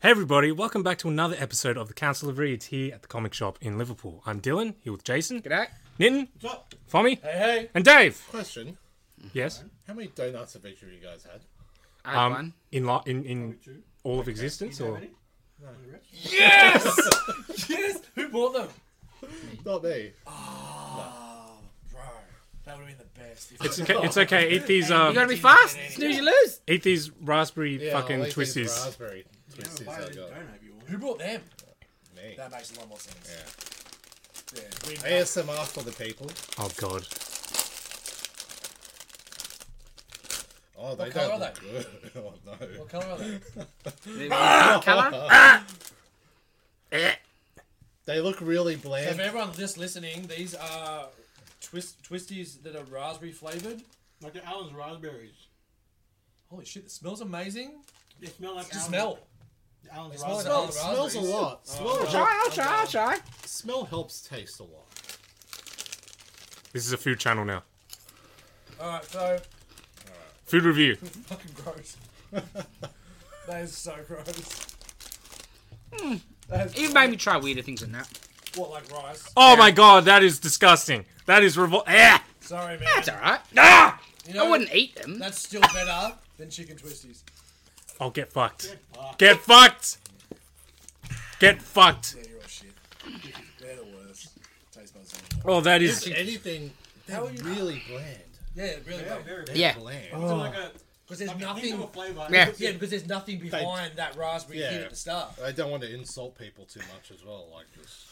Hey everybody, welcome back to another episode of the Council of Reeds here at the comic shop in Liverpool. I'm Dylan, here with Jason, G'day. Nitin, What's up? Fommy, Hey, hey. and Dave. Question: Yes, How many donuts of each of you guys had? I had one. um, in lo- in in all of existence, or Yes! Who bought them? Not me. Bro, that would have been the best. If it's okay, it's okay. Eat these You gotta um, be fast. Snooze, you lose. eat these raspberry Yeah, fucking I'll eat these twisties. Raspberry twisties. I I don't got have you Who bought them? me. That makes a lot more sense. Yeah. ASMR for the people. Oh god, Oh, they colour don't are look they? good. Oh no. What colour are they? Colour. They look really if bland. everyone's just listening, these are twist twisties that are raspberry flavoured. Like the Allen's raspberries. Holy shit, it smells amazing. They smell like The Allen's- smell. Allen's It smells like raspberries. Smells a raspberries. lot. Smell, Try, I'll try, I'll try. smell helps taste a lot. this is a food channel now. Alright, so Food review. fucking gross. that is so gross. That is- Hmm. You made me try weirder things than that. what, like rice? Oh my god, that is disgusting. That is revol. Ah! Sorry, man. That's alright. Ah! You I know, wouldn't eat them. That's still better than chicken twisties. Oh, get fucked. Get fucked. Get fucked. Yeah, you're all shit. They're the worst. Taste buds. Oh, that If is. anything, they're How are you- really bland. Yeah, it really. Yeah, very They're Yeah. Bland. It's like a, Because there's like nothing. nothing. flavor. Yeah. Yeah, because there's nothing behind that raspberry Yeah. kid at the start. I don't want to insult people too much as well, like this.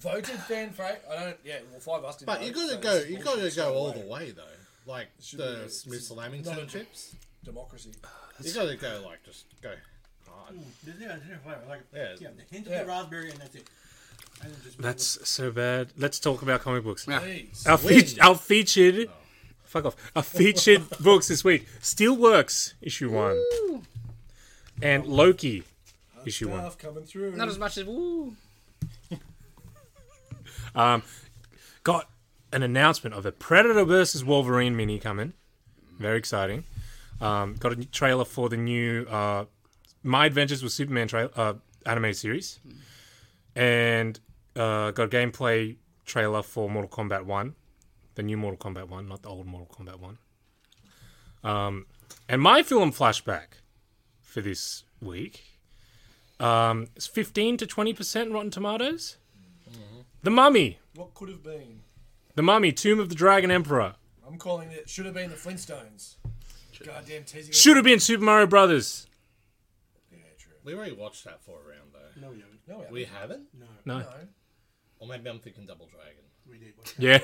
Voted fan favorite. I don't. Yeah, well, five of us didn't. But vote, you so gotta it's go. You bullshit gotta straight go all away. the way though. Like Should we- the it's- Smith not a- Lamington chips. Democracy. You gotta go like just go hard. There's no different flavor. Like Yeah. yeah, the hint Yeah. of the raspberry and that's it. And it's just That's so bad. Let's talk about comic books. Yeah. Please. Our, Win. feat- our featured. Fuck off. Our featured books this week Steelworks, issue one. And Loki, issue one. Stuff coming through. Not as much as ooh. Got an announcement of a Predator versus Wolverine mini coming. Very exciting. Um, got a new trailer for the new uh, My Adventures with Superman tra- uh, animated series. And uh, got a gameplay trailer for Mortal Kombat 1. The new Mortal Kombat 1, not the old Mortal Kombat 1. And my film flashback for this week um, is 15 to 20% Rotten Tomatoes. The Mummy. What could have been? The Mummy, Tomb of the Dragon Emperor. I'm calling it. Should have been the Flintstones. Goddamn teasing. us. Should have been Super Mario Brothers. Yeah, true. We already watched that for a round though. No, we haven't. No, we We haven't? No, No. haven't. Or maybe I'm thinking Double Dragon. we did. Yeah.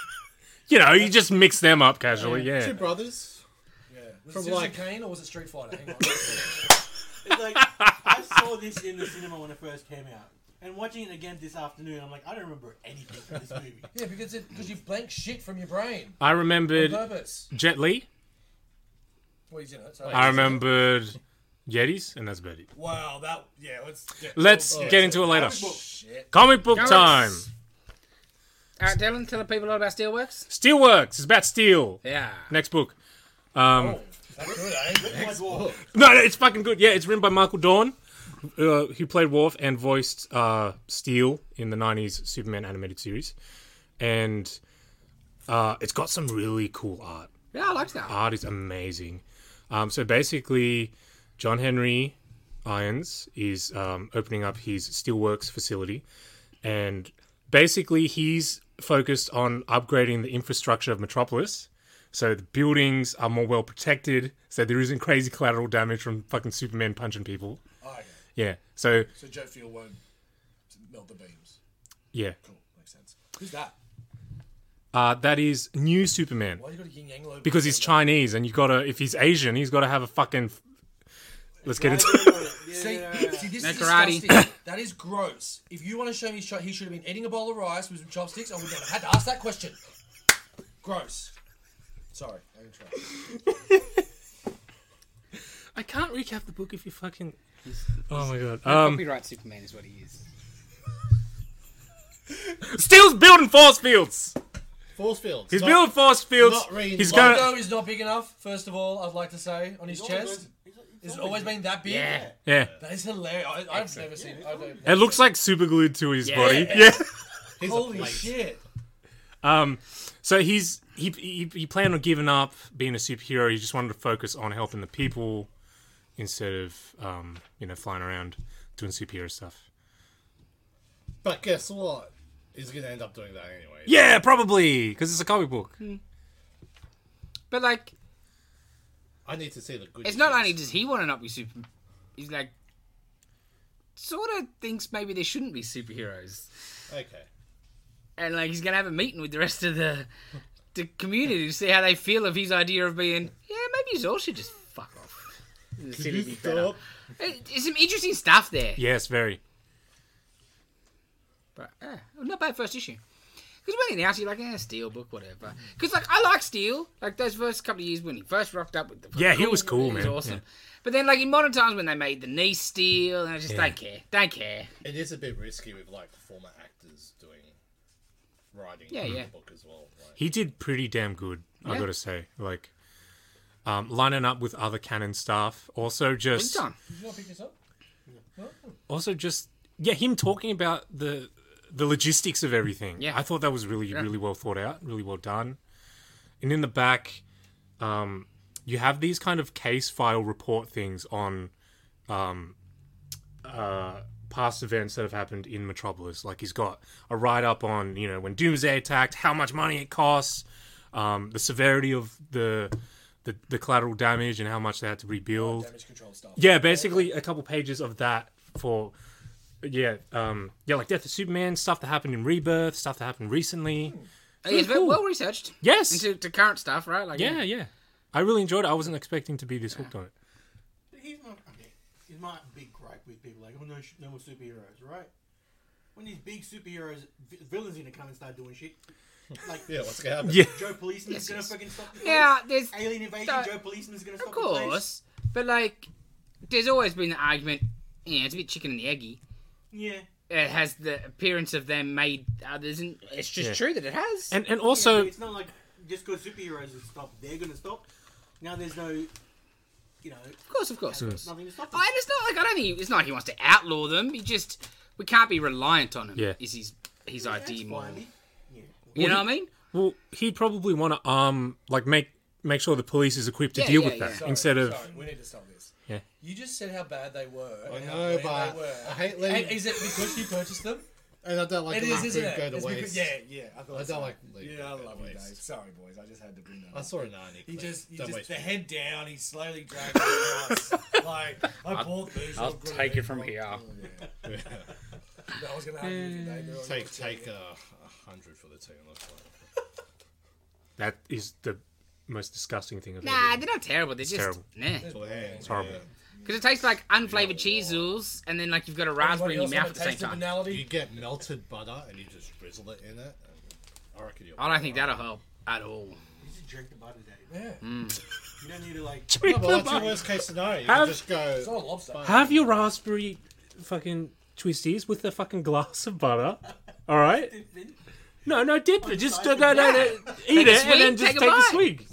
you know, you just mix them up casually. Two Yeah. brothers. No. Yeah. Was From it Citizen like- Kane or was it Street Fighter? Hang on. It's like I saw this in the cinema when it first came out, and watching it again this afternoon, I'm like, I don't remember anything from this movie. yeah, because it because you've blanked shit from your brain. I On remembered purpose. Jet Li. Well, he's in it. So I remembered Yetis, and that's about it. Wow, that yeah. Let's get Let's Oh, get into it later. shit. Comic book Comics. time. Alright, Dylan, tell the people all about Steelworks. Steelworks. It's about steel. Yeah. Next book. Oh, that's good, eh? My dwarf. No, no, it's fucking good. Yeah, it's written by Michael Dawn, uh, who played Worf and voiced uh, Steel in the '90s Superman animated series, and uh, it's got some really cool art. Yeah, I liked that. Art is amazing. Um, so basically, John Henry Irons is um, opening up his steelworks facility, and basically he's focused on upgrading the infrastructure of Metropolis. So the buildings are more well protected, so there isn't crazy collateral damage from fucking Superman punching people. Oh, okay. Yeah. So So jet fuel won't melt the beams. yeah, Cool, makes sense. Who's that? uh, that is new Superman Why you got a yin yang logo? because he's Chinese, and you gotta if he's Asian, he's gotta have a fucking. Let's get into. See, see, this No is karate. disgusting. that is gross. If you want to show me, shot, he should have been eating a bowl of rice with some chopsticks. I would have had to ask that question. Gross. Sorry, I can try. I can't recap the book if you fucking. Oh my god. No Um, Copyright Superman is what he is. Steel's building force fields. Force fields. He's not- built force fields. not really He's involved. gonna. Logo is not big enough. First of all, I'd like to say on his chest, it's always been that big. Yeah. Yeah. That is hilarious. I, I've never seen. I don't, It looks like super glued to his Yeah. body. Yeah. He's a holy plate. shit! Um. So he's he, he he planned on giving up being a superhero. He just wanted to focus on helping the people instead of um you know flying around doing superhero stuff. But guess what? He's gonna end up doing that anyway. Yeah, probably because it's a comic book. Hmm. But like, I need to see the good. it's not shits. only does he want to not be super. He's like, sort of thinks maybe there shouldn't be superheroes, Okay. and like he's gonna have a meeting with the rest of the the community to see how they feel of his idea of being. Yeah, maybe you all should just fuck off. It's Can you stop? some interesting stuff there. Yes, very. But eh, not bad first issue. Because when he announced, it, you're like, eh, Steel book, whatever. Because like I like Steel. Like those first couple of years when he first rocked up with the Yeah, he was cool, he was man. awesome. Yeah. But then like in modern times when they made the knee Steel, and I just Yeah. don't care, don't care. It is a bit risky with like former actors doing writing Yeah, in yeah. the book as well. Like, He did pretty damn good. I Yeah. gotta say, like. Um, lining up with other canon staff, also What's just done? Did you not pick this up? also just yeah him talking about the the logistics of everything Yeah. i thought that was really really well thought out really well done and in the back um you have these kind of case file report things on um uh past events that have happened in metropolis like he's got a write-up on you know when doomsday attacked how much money it costs um the severity of the the, the collateral damage and how much they had to rebuild Damage control stuff. yeah, basically a couple pages of that for yeah, um yeah, like Death of Superman, stuff that happened in Rebirth, stuff that happened recently. Yeah, it's very cool. well researched Yes. into to current stuff, right? Like yeah, yeah. I really enjoyed it. I wasn't expecting to be this hooked on it. He's my okay. He's my big gripe with people like, oh no, sh- no more superheroes, right? When these big superheroes, vi- villains gonna come and start doing shit, like yeah, what's gonna happen? Yeah. Joe Policeman's Yes, gonna yes. fucking stop the place. yeah. There's Alien invasion. Uh, Joe Policeman's gonna stop of the place. course, but like, there's always been the argument. Yeah, it's a bit chicken and the eggy. Yeah. It has the appearance of them made others, and it's just Yeah. true that it has. And and Yeah, also but it's not like just because superheroes have stopped, they're going to stop. Now there's no, you know, of course, of course, of course. nothing to stop them. Oh, and it's not like I don't think it's not like he wants to outlaw them. He just we can't be reliant on him. Yeah. is his his That's idea more? fine. Yeah. You know what I mean? well, he'd probably want to um like make make sure the police is equipped to Yeah, deal yeah, with yeah. that Sorry, instead of sorry, we need to stop this. Yeah. You just said how bad they were. I and how know, bland but they were. I hate And leaving, is it because you purchased them? and I don't like It letting is, food isn't it? go to It's waste. because- yeah, yeah. I, thought I so. don't like leaving. Yeah, I food go to love you, Dave. waste. Sorry, boys. I just had to bring that I up. saw an Arnie. He clip. just, he Don't just waste the food. head down. He slowly dragged it across. Like I bought these. I'll I've got take a it from big here. bottle, Oh, yeah. That was gonna happen today. girl. Take take uh, a hundred for the team. That's fine. that is the most disgusting thing I've ever. Nah, they're not terrible. They're just terrible. nah. Bland, horrible. yeah. Because it tastes like unflavored cheezels, and then like you've got a raspberry in your Everybody else have mouth at the a same taste of time. banality? You get melted butter and you just drizzle it in it. And I reckon you'll. I don't think that'll help at all. You just drink the butter, Dave. Yeah. Hmm. You don't need to like. No, well, that's your worst case scenario. You Have- can just It's not a go. lobster. Have your raspberry fucking twisties with a fucking glass of butter. All right. No, no, dip it. Just no, no, no, no. eat a it swig, and then just take take, a a bite. swig.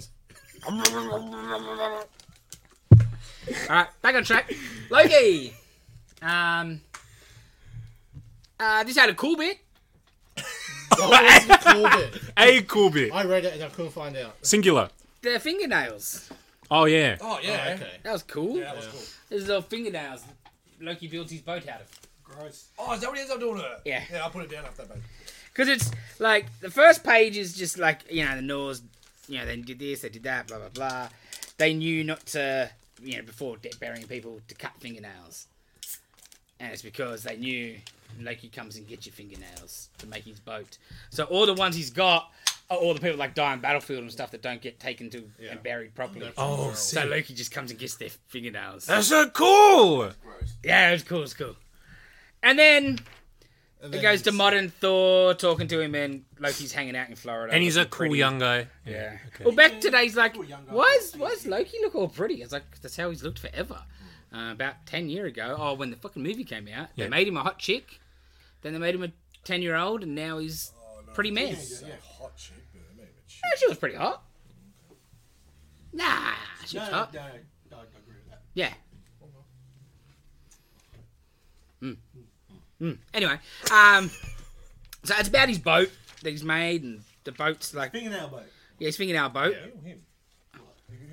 All right, back on track. Loki. Um. Uh, this had a cool bit. That was the cool bit. A cool bit. I read it and I couldn't find out. Singular. The fingernails. Oh yeah. Oh yeah. Oh, okay. That was cool. That was cool. There's little fingernails. Loki builds his boat out of. Gross. Oh, is that what he ends up doing to her? Yeah. Yeah, I'll put it down after that, babe. Because it's like the first page is just like you know the Norse, you know they did this, they did that, blah blah blah. They knew not to, you know, before de- burying people to cut fingernails, and it's because they knew Loki comes and gets your fingernails to make his boat. So all the ones he's got are all the people like die on battlefield and stuff that don't get taken to Yeah. and buried properly. Oh, So Loki just comes and gets their fingernails. that's so cool. yeah, it's cool, it's cool. And then And it then goes to it's- modern Thor talking to him, and Loki's hanging out in Florida. And he's a looking cool pretty. young guy. Yeah. Okay. Well, back today's like, Cool young guy. why is, why is Loki look all pretty? It's like that's how he's looked forever. Uh, about ten year ago, oh, when the fucking movie came out, Yeah. they made him a hot Oh, chick, then they made him a ten year old, and now he's pretty man. Yeah, yeah. Hot chick, man. Yeah, she was pretty hot. Nah, she No, was no, hot. no, no, no, I agree with that. Yeah. Mm. Mm. Anyway, um, so it's about his boat that he's made, and the boat's like, Fingernail boat. yeah, he's thinking our boat. Yeah, him. Who,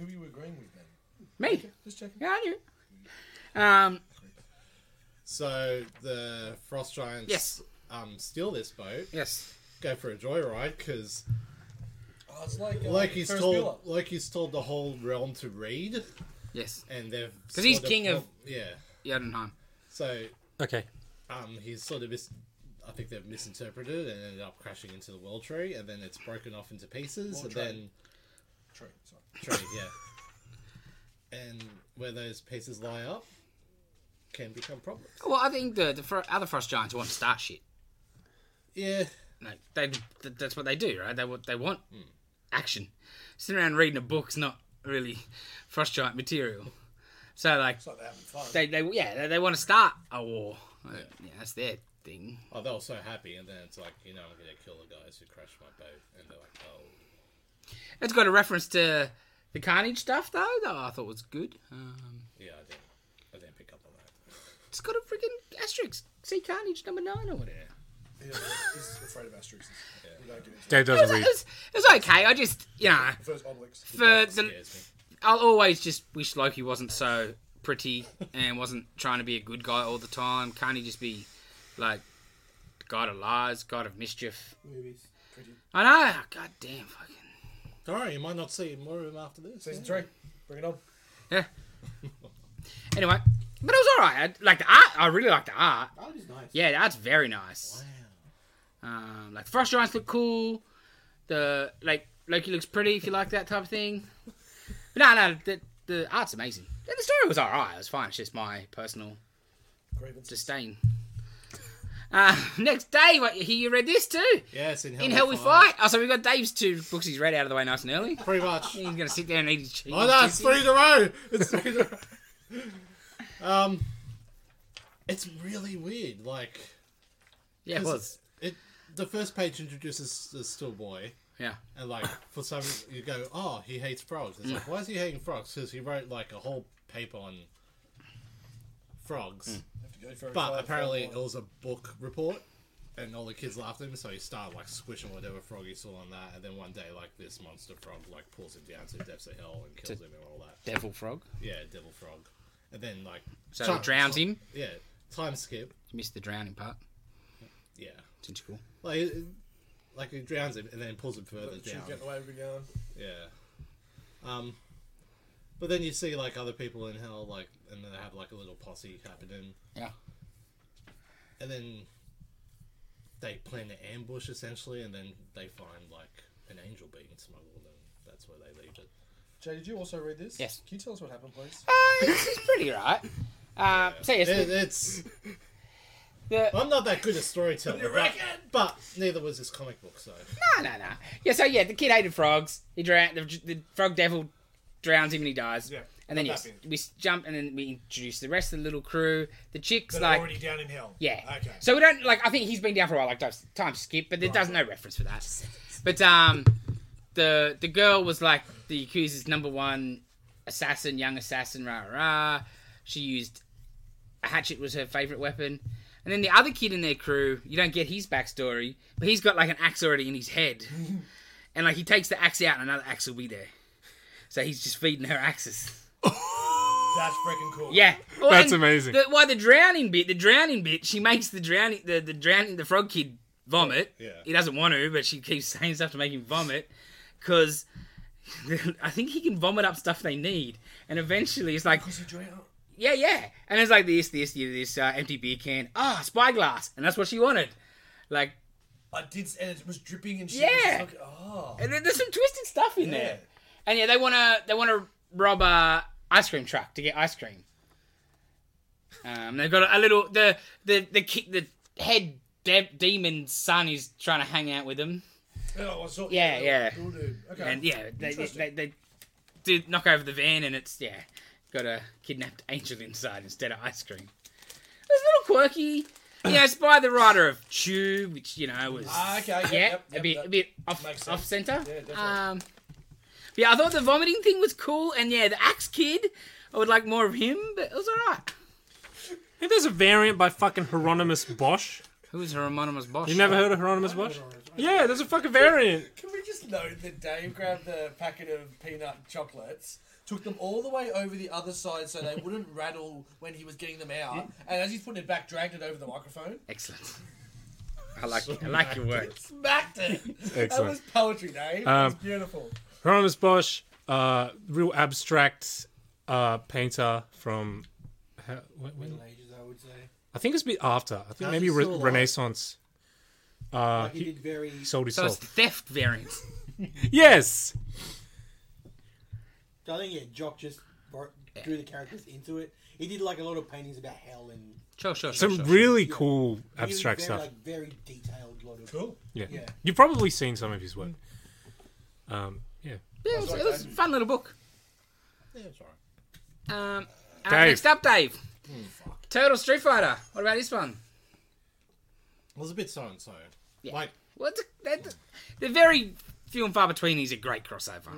who are you agreeing with then? Me, Just checking. yeah, I do. Um, So the frost giants Yes. um, steal this boat, yes, go for a joyride because Oh, it's like uh, Loki's Ferris told Bueller. Loki's told the whole realm to read, yes, and they've because he's king of- yeah. Jotunheim. So Okay. um, he's sort of mis- I think they've misinterpreted and ended up crashing into the world tree, and then it's broken off into pieces, World and tree. then True. Sorry. tree, yeah. And where those pieces lie up can become problems. Well, I think the, the fro- other frost giants want to start shit. Yeah, Like they, th- that's what they do, right? They want they want action. Sitting around reading a book's not really frost giant material. So like It's like they're having fun. they, they yeah they, they want to start a war. Uh, yeah, that's their thing. oh, they were so happy, and then it's like you know I'm gonna kill the guys who crashed my boat, and they're like, oh, It's got a reference to the Carnage stuff, though, that I thought was good. Um, yeah, I didn't, I didn't pick up on that. it's got a freaking asterisk. See Carnage number nine or whatever. Yeah, he's afraid of asterisks. We don't give it to him. Dave It was, doesn't it, read. was, it was okay. I just, you know, First Obelix. for That the, scares me. I'll always just wish Loki wasn't so pretty and wasn't trying to be a good guy all the time. Can't he just be like god of lies, god of mischief? Movies. I know. God damn fucking. Don't worry, you might not see more of him after this. Season three. Bring it on. Yeah. Anyway, but it was all right. I, like the art, I really like the art. That is nice. Yeah, that's very nice. Um, like frost giants look cool. The like Loki looks pretty if you like that type of thing. But no, no, the the art's amazing. And the story was alright. It was fine. It's just my personal Grievance. disdain. Uh, next day, what here you read this too? Yes, in hell, In Hell We Fight. Oh, so we got Dave's two books he's read out of the way nice and early. Pretty much. He's gonna sit there and eat his cheese. Oh no, it's three in a row. It's three in a row. Um, it's really weird. Like, Yeah, it 'cause was. It the first page introduces the still boy, Yeah. and like for some you go, oh, he hates frogs. It's like, why is he hating frogs? Because he wrote like a whole paper on frogs, Have to go for a but five, apparently five, it was a book report. And all the kids laughed at him, so he started like squishing whatever frog he saw on that. And then one day, like this monster frog, like pulls him down to the depths of hell and kills him and all that. Devil frog. Yeah, devil frog. And then like So time- it drowns him. Yeah, time skip. You missed the drowning part. Yeah, It's cool. like it- like it drowns him and then pulls him further Let the down. truth get the way we're going. Yeah. Um, but then you see like other people in hell, like, and then they have like a little posse happening, Yeah. and then they plan to ambush essentially, and then they find like an angel being smuggled, and that's where they leave it. Jay, did you also read this? Yes. Can you tell us what happened, please? Uh, it's, it's pretty right. Um, so yes, It- the, it's the, I'm not that good at storytelling, but, but neither was this comic book, so no, no, no. Yeah, so yeah, the kid hated frogs. He drowned. The, the frog devil drowns him and he dies. Yeah, And then not yes, that bit. we s- jump and then we introduce the rest of the little crew. The chicks That are like already down in hell. yeah. Okay. So we don't like. I think he's been down for a while, like does- time skip, but there does no reference for that. But um, the the girl was like the accuser's number one assassin, young assassin, rah rah. rah. She used a hatchet was her favorite weapon, and then the other kid in their crew, you don't get his backstory, but he's got like an axe already in his head, and like he takes the axe out, and another axe will be there. So he's just feeding her axes. That's freaking cool. Yeah, Well, That's and amazing. The, why the drowning bit? The drowning bit. She makes the drowning the, the drowning the frog kid vomit. Yeah. He doesn't want to, but she keeps saying stuff to make him vomit because I think he can vomit up stuff they need, and eventually it's like, Because he drowned. yeah, yeah, and it's like this, this, this uh, empty beer can. Ah, spyglass, and that's what she wanted. Like, I did, s- and it was dripping and shit. Yeah. It's like, oh. and there- there's some twisted stuff in there. Yeah. And yeah, they wanna they wanna rob a ice cream truck to get ice cream. Um, they've got a, a little the the the ki- the head de- demon son is trying to hang out with them, Oh, I saw. Yeah, yeah. Cool dude. Okay. and yeah, they they, Interesting. they they do knock over the van, and it's yeah got a kidnapped angel inside instead of ice cream. It was a little quirky. you know, it's by the writer of Tube, which you know was Ah, okay, yep, yeah, yep, a yep, bit that a bit makes off sense. off center. Yeah, definitely. um, but yeah, I thought the vomiting thing was cool, and yeah, the Axe Kid, I would like more of him, but it was alright. If there's a variant by fucking Hieronymus Bosch, Who was Hieronymus Bosch? you never heard of Hieronymus Bosch? Yeah, there's a fucking variant. Can we just note that Dave grabbed the packet of peanut chocolates, took them all the way over the other side so they wouldn't rattle when he was getting them out, and as he's putting it back, dragged it over the microphone, Excellent. I like I like your work. smacked it. That Excellent. was poetry, Dave. Um, it was beautiful. Hieronymus Bosch, uh, real abstract uh, painter from. How, when, when- Middle ages, I would say. I think it's a bit after. I think How's maybe he re- still alive? Renaissance. Uh, Like he he did very. sold his So soul. it's the theft variant. Yes, I think yeah, Jock just brought, drew the characters into it. He did like a lot of paintings about hell and Sure, sure, sure. some sure. really Yeah. cool really abstract very, stuff. Like very detailed lot of. Cool. yeah. Yeah. Mm. you've probably seen some of his work. Um, yeah, Yeah, it, was, it was a fun little book. Yeah, it's alright. Um, uh, Dave. next up, Dave. Turtle Street Fighter. What about this one? It was a bit so and so. Yeah. Like, What's that? The very few and far between is a great crossover.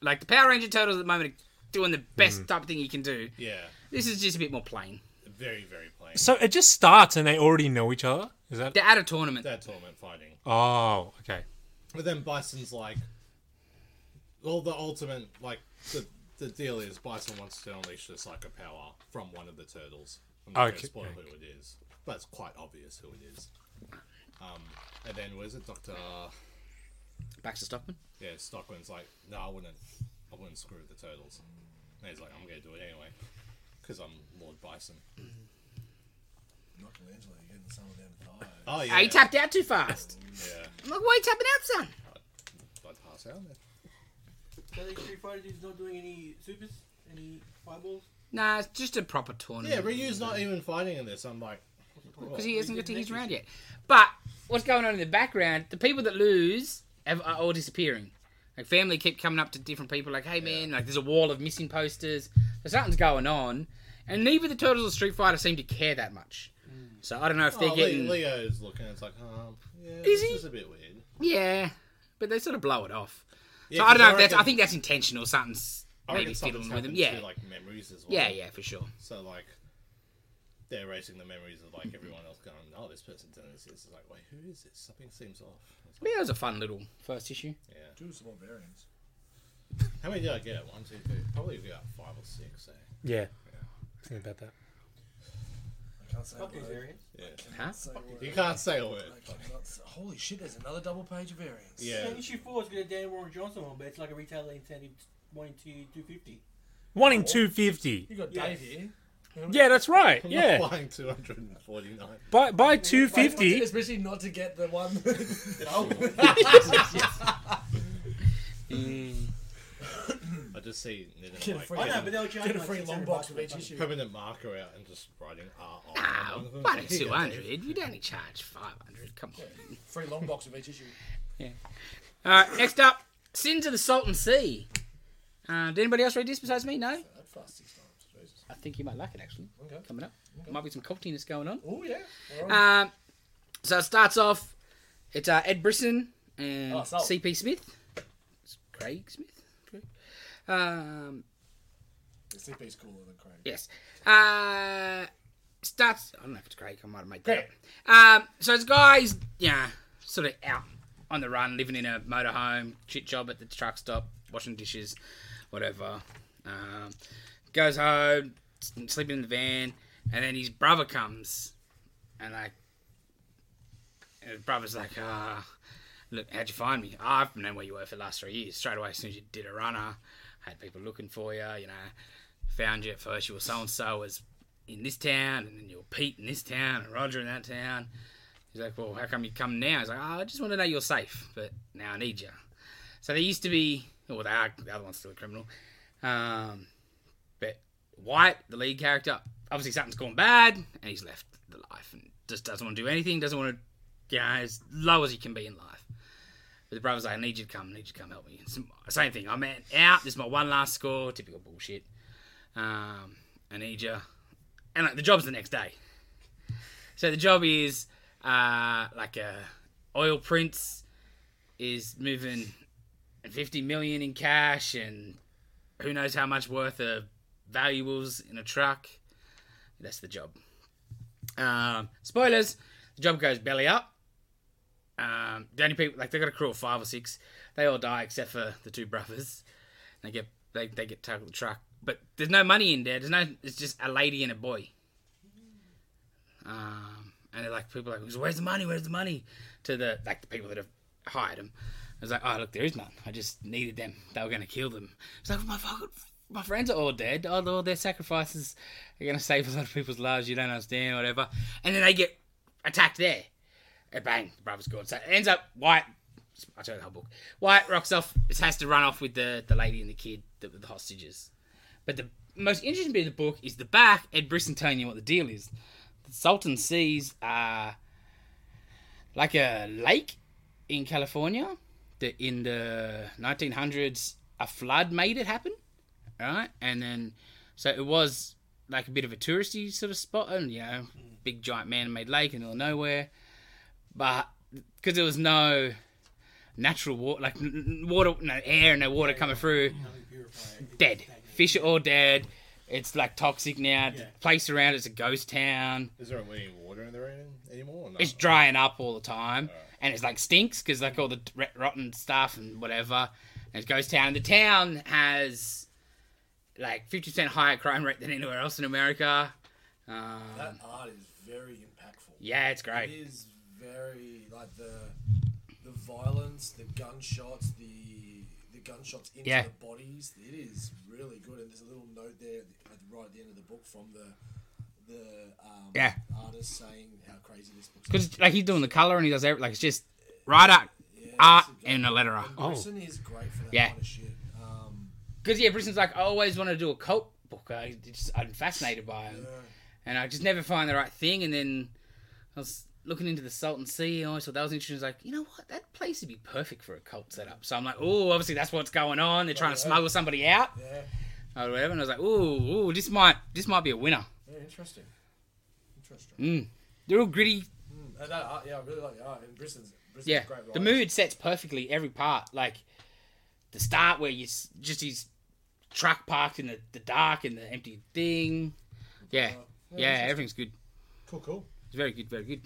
Like the Power Ranger Turtles at the moment are doing the best type of thing you can do. yeah, This is just a bit more plain. very, very plain. so it just starts and they already know each other. Is that? They're at a tournament. They're tournament fighting. Oh, okay. But then Bison's like, well, the ultimate, like, the, the deal is Bison wants to unleash the psycho power from one of the turtles. I'm not Okay. going to spoil who it is, but it's quite obvious who it is. Um, and then, was it Dr. Baxter Stockman. Yeah, Stockman's like, no, I wouldn't, I wouldn't screw with the turtles. And he's like, I'm going to do it anyway, because I'm Lord Bison. Michelangelo, you're getting some of them thighs. Oh, Ah, yeah. he tapped out too fast. yeah. I'm like, why are you tapping out, son? I'd pass out there. So the Street Fighter dude's not doing any supers, any fireballs. Nah, it's just a proper tournament. Yeah, Ryu's not even fighting in this. I'm like, because he hasn't got to his round yet. But what's going on in the background? The people that lose have, are all disappearing. Like family keep coming up to different people, like, "Hey man, like there's a wall of missing posters. So something's going on." And neither the Turtles or Street Fighter seem to care that much. So I don't know if they're oh, Le- getting Leo's looking. It's like, um, yeah, Is this he? is a bit weird. yeah, but they sort of blow it off. Yeah, so I 'cause don't know if that's. reckon- I think that's intentional. Something's I reckon maybe something's fiddling with them. happened Yeah, to, like memories as well. yeah, yeah, for sure. So like, they're erasing the memories of like everyone else going, oh, this person did this. It's like, wait, who is this? Something seems off. It's But like, yeah, it was a fun little first issue. yeah. Do some more variants. How many did I get? One, two, three. Probably got five or six. Eh? Yeah, think about that. I can't say a Fuck those word. areas. I Huh? can't say a word. You can't say all it. I cannot say- Holy shit, there's another double page of variants. Yeah. So issue four is going to Dan Warren Johnson one, but it's like a retailer incentive one to two fifty. One in two fifty. You got Yeah. Dave here. Yeah, that's right. I'm Yeah, not buying 249. by by two fifty. Especially not to get the one. Mm. I just see Nidham, Get a like, free- I know, getting but they were charging Get a like free 600 long bucks box for with each fucking- issue. permanent marker out and just writing R on. Ah, one of them. one Here you two go, Dave. hundred. We don't charge five hundred. Come on. Free long box of each issue. All right, next up, Sins of the Salton Sea. Uh, did anybody else read this besides me? No? That fast six times. Jesus. I think you might like it, actually, Okay. coming up. There might be some cultiness going on. Oh yeah. All right. Um, so it starts off, it's uh, Ed Brisson and Oh, Salt. CP Smith. It's Craig Smith? Craig? Um, The CP's cooler than Craig. yes. Uh, starts, I don't know if it's Craig, I might have made that Craig. up. Um, so this guy's, yeah, sort of out on the run, living in a motorhome, shit job at the truck stop, washing dishes, whatever. Um, goes home, s- sleeping in the van, and then his brother comes, and like, and his brother's like, ah, look, how'd you find me? Ah, I've known where you were for the last three years. Straight away, as soon as you did a runner, had people looking for you, you know, found you at first. You were so and so was in this town, and then you were Pete in this town, and Roger in that town. He's like, well, how come you come now? He's like, oh, I just want to know you're safe, but now I need you. So they used to be, well, they are, the other one's still a criminal. Um, but White, the lead character, obviously something's gone bad, and he's left the life and just doesn't want to do anything, doesn't want to, you know, as low as he can be in life. But the brother's like, I need you to come, I need you to come help me. It's the same thing, I'm out, this is my one last score, typical bullshit. Um, I need you. And like, the job's the next day. So the job is uh, like a oil prince is moving 50 million in cash and who knows how much worth of valuables in a truck. That's the job. Um, spoilers: the job goes belly up. Um, the only people like they got a crew of five or six. They all die except for the two brothers. They get they they get tackled the truck, but there's no money in there. There's no. It's just a lady and a boy. Um, and they're like people are like, where's the money? Where's the money? To the like the people that have hired them. I was like, oh look, there is none. I just needed them. They were gonna kill them. It's like my fucking my friends are all dead. All, all their sacrifices are gonna save a lot of people's lives. You don't understand, whatever. And then they get attacked there. And bang, the brother's gone. So it ends up White. I told you the whole book. White rocks off. Has to run off with the the lady and the kid, the, the hostages. But the most interesting bit of the book is the back. Ed Brisson telling you what the deal is. The Sultan sees uh, like a lake in California. That in the 1900s, a flood made it happen right? And then, so it was like a bit of a touristy sort of spot, and you know, big giant man-made lake in the middle of nowhere. But because there was no natural water, like n- n- water, no air, no water coming through, dead. Fish are all dead. It's like toxic now. The place around it's a ghost town. Is there any water in there any- anymore? Or no? It's drying up all the time, and it's like stinks because like all the rot- rotten stuff and whatever. And it goes town. The town has like fifty percent higher crime rate than anywhere else in America. Um, That art is very impactful. yeah, it's It great. is very like the the violence, the gunshots, the the gunshots into Yeah. the bodies. It is really good, and there's a little note there at the, right at the end of the book from the the um, Yeah. artist saying how crazy this book is. Because like he's doing the color and he does everything. Like it's just right up art and a letterer. Oh. Brisson is great for that Yeah. kind of shit. Um, Because yeah, Brisson's like I always want to do a cult book. I just I'm fascinated by him, and I just never find the right thing. And then I was looking into the Salton Sea. and I always thought that was interesting. I was like, you know what, that place would be perfect for a cult setup. So I'm like, oh, obviously that's what's going on. They're trying to smuggle somebody out yeah, or whatever. And I was like, ooh, ooh, this might this might be a winner. yeah, interesting, interesting. They're all gritty, Mm, and that art, yeah, I really like the art. And Brisson's, Brisson's Yeah, great. the writer. mood sets perfectly every part. Like the start where you s- just his truck parked in the, the dark and the empty thing. Yeah, yeah, everything's good. Uh, Cool, cool. It's very good, very good.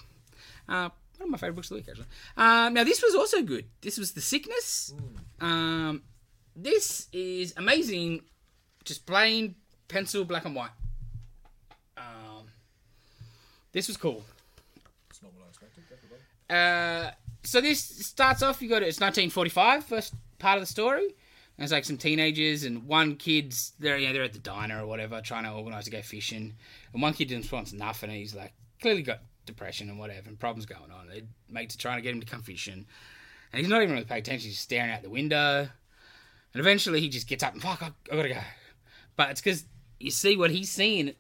Uh, one of my favorite books of the week, actually. Um, now this was also good. This was the sickness. Hmm. Um, this is amazing. Just plain pencil, black and white. Um, this was cool. It's not what I expected. Definitely. Uh, so this starts off. You got it's 1945, first part of the story. And it's like some teenagers and one kid's they're you know, they're at the diner or whatever trying to organise to go fishing, and one kid just wants nothing. And he's like clearly got depression and whatever and problems going on. Their mates are trying to get him to come fishing, and he's not even really paying attention. He's just staring out the window, and eventually he just gets up and fuck, I, I gotta go. But it's because you see what he's seeing, and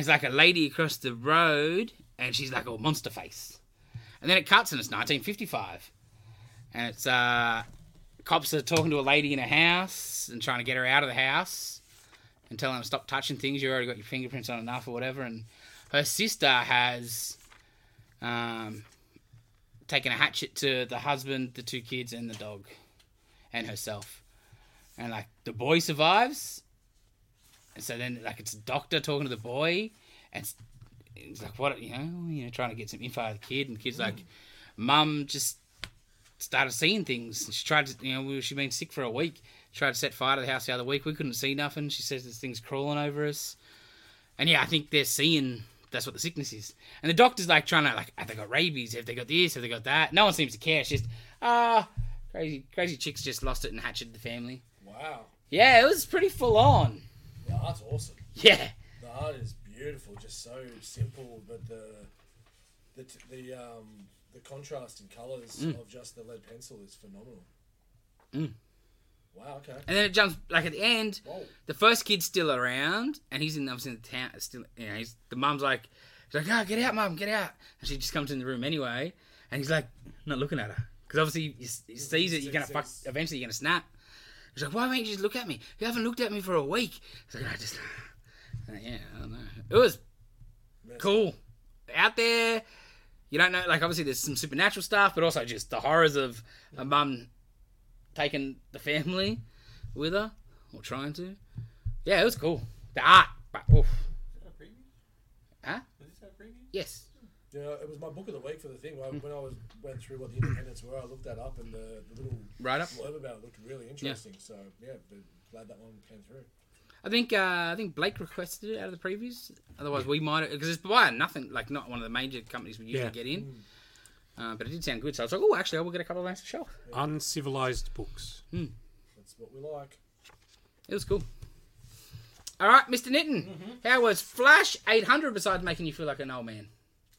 it's like a lady across the road, and she's like a monster face. And then it cuts and it's 1955. And it's uh, cops are talking to a lady in a house and trying to get her out of the house and telling her to stop touching things. You already got your fingerprints on enough or whatever. And her sister has um, taken a hatchet to the husband, the two kids, and the dog, and herself. And like the boy survives. And so then like it's a doctor talking to the boy, and it's it's like what you know, you know, trying to get some info out of the kid, and the kid's like, "Mum just started seeing things. And she tried to, you know, we, she been sick for a week. Tried to set fire to the house the other week. We couldn't see nothing. She says there's things crawling over us, and yeah, I think they're seeing. That's what the sickness is. And the doctor's like trying to like, have they got rabies? Have they got this? Have they got that? No one seems to care. It's just ah, crazy, crazy chicks just lost it and hatcheted the family. Wow, Yeah, it was pretty full on. the art's awesome. Yeah, The art is beautiful, just so simple, but the the t- the um the contrast in colors Mm. of just the lead pencil is phenomenal. Wow. Okay. and then it jumps like at the end. Whoa. the first kid's still around, and he's in obviously in the town. uh, Still, you know, he's, the mum's like, he's like, "Oh, get out, mum, get out!" And she just comes in the room anyway, and he's like, not looking at her because obviously he, he sees it. You're gonna fuck. Eventually, you're gonna snap. He's like, "Why won't you just look at me? You haven't looked at me for a uh, week." He's like, "I just, yeah, I don't know." It was cool. out there. You don't know, like obviously there's some supernatural stuff, but also just the horrors of a mum taking the family with her or trying to. Yeah, it was cool. The art, but oof. Huh? Yes. Yeah, it was my book of the week for the thing. When when I was went through what the independents were, I looked that up, and the, the little Right up. blurb about it looked really interesting. So yeah, but glad that one came through. I think uh, I think Blake requested it out of the previews. Otherwise, we might because it's by nothing like not one of the major companies we usually Yeah. get in. Uh, but it did sound good, so I was like, oh, actually, I will get a couple of those to show. Uncivilized books. That's what we like. It was cool. All right, Mr. Nitton, how was Flash 800 besides making you feel like an old man?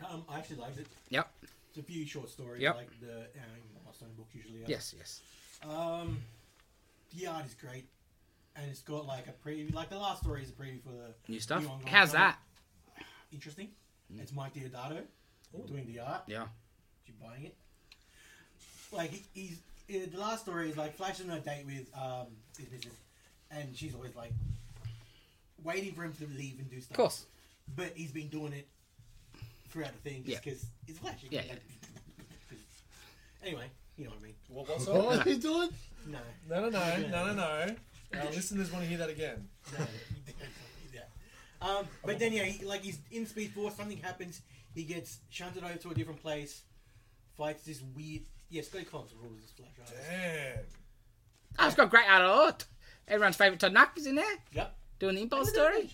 Um, I actually liked it. Yep. It's a few short stories, Yep. like the Aaron Milestone book usually. Are. Yes. Yes. Um, the art is great, and it's got like a preview. Like the last story is a preview for the New stuff. ongoing How's comic. that? Interesting. Mm. It's Mike Diodato doing the art. Yeah. You buying it? Like he- he's eh, the last story is like Flash is on a date with um his missus, and she's always like waiting for him to leave and do stuff. Of course. But he's been doing it throughout the thing just Yeah. because he's Flash. He Yeah, can, yeah. like, anyway, you know what I mean. What was What that? are you doing? No. No, no, no, no, no, no. Our listeners want to hear that again. no, yeah. Um, but then yeah, he, like he's in Speed Force. Something happens. He gets shunted over to a different place. Fights this weird. Yeah, Scotty Collins rules this Flash. artist. Damn. Oh, it's got great art. Oh, t- everyone's favourite Todd Knapp is in there Yep. doing the impulse story.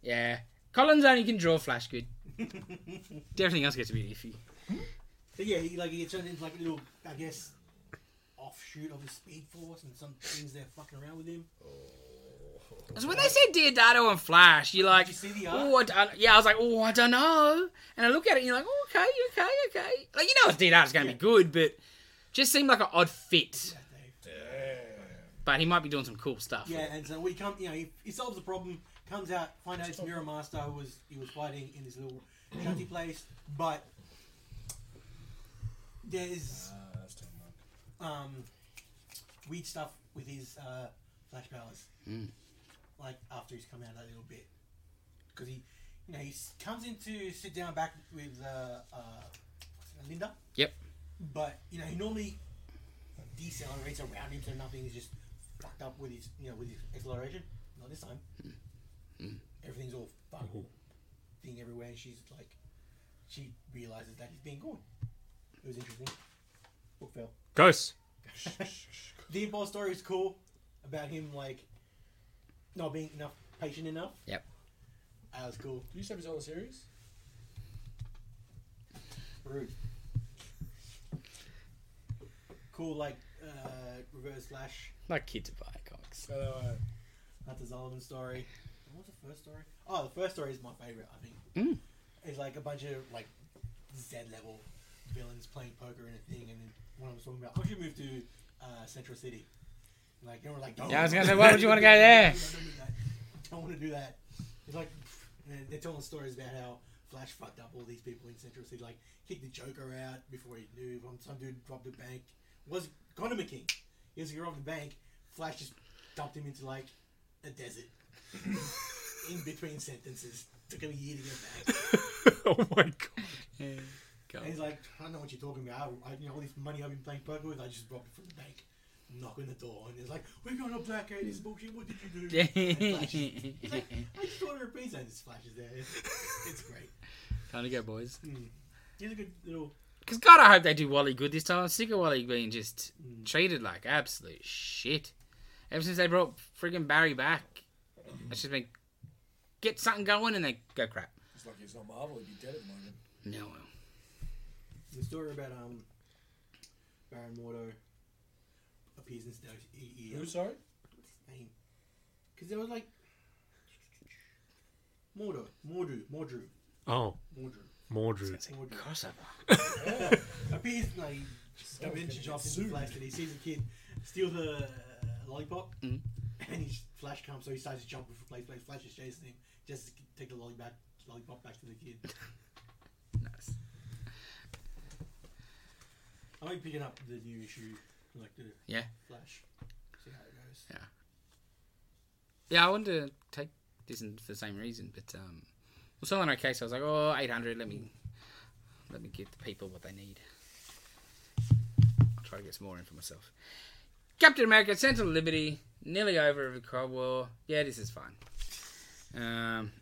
Yeah. Collins only can draw Flash good. Everything else gets a bit iffy. But yeah, he like he gets turned into like a little, I guess, offshoot of the Speed Force, and some things they're fucking around with him. So when they said Diodato and Flash, you're like, you see the art? oh, I don't, yeah, I was like, oh, I don't know. And I look at it, and you're like, oh, okay, okay, okay. Like you know, it's Diodato's going to be good, but just seemed like an odd fit. But he might be doing some cool stuff. Yeah, and so we come, you know, he, he solves the problem, comes out, find out it's Mirror Master who was he was fighting in this little county place, but there's that's Tom Monk. um, weird stuff with his uh, flash powers. Like after he's come out that little bit, because he, you know, he s- comes in to sit down back with uh, uh, what's her name, Linda. Yep. But you know, he normally decelerates around him, so nothing is just fucked up with his, you know, with his acceleration. Not this time. Everything's all fucked, thing everywhere, and she's like, she realizes that he's being gone. It was interesting. Book fell. Ghosts. The impulse story is cool about him like not being enough patient enough. Yep. That was cool. Do you have his own series? Rude. Cool like uh, reverse slash Like kids are buying comics. Uh, That's the Sullivan story. What was the first story? Oh, the first story is my favorite. I think Mm. it's like a bunch of like Z level villains playing poker in a thing, and then one of them was talking about I should move to uh, Central City. And, like, everyone like, no, Yeah, I was gonna say, why would you wanna go there? Don't want to do that. It's like and they're telling stories about how Flash fucked up all these people in Central City, like kicked the Joker out before he knew. Some- Some dude robbed a bank. Was Condom King? He was he robbed the bank. Flash just dumped him into like a desert. in between sentences, took him a year to get back. oh my god. And he's like, I don't know what you're talking about. I, you know, all this money I've been playing poker with, I just robbed it from the bank. Knock on the door, and he's like, "We're going to blackout this bullshit. What did you do?" And Flash- he's like, I just ordered a pizza, and just flashes there. It's, it's great. Time to go, boys. He's a good little. Because God, I hope they do Wally good this time. I'm sick of Wally being just Mm. treated like absolute shit. Ever since they brought friggin' Barry back, it's just been get something going and they go crap. it's like he's not Marvel. He'd be dead at the moment. No, well, The story about um, Baron Mordo appears in e-, Snow. He, he, Who? Sorry. Because there was like Mordo, Mordu, Mordru, Oh, Mordru, Mordred. Mordru. crossover. appears like dimension gonna get drops into sued. Flash, and he sees a kid steal the uh, lollipop, Mm. and his Flash comes, so he starts to jump from place to place. Flash is chasing him, just to take the lolly back, lollipop back to the kid. Nice. I'm only picking up the new issue, like the Yeah, Flash. See how it goes. yeah. I wanted to take this in for the same reason, but um, was selling okay, so I was like, oh, 800, let me let me give the people what they need. I'll try to get some more in for myself. Captain America, Sentinel of Liberty, nearly over of the Cold War. Yeah, this is fine. Um,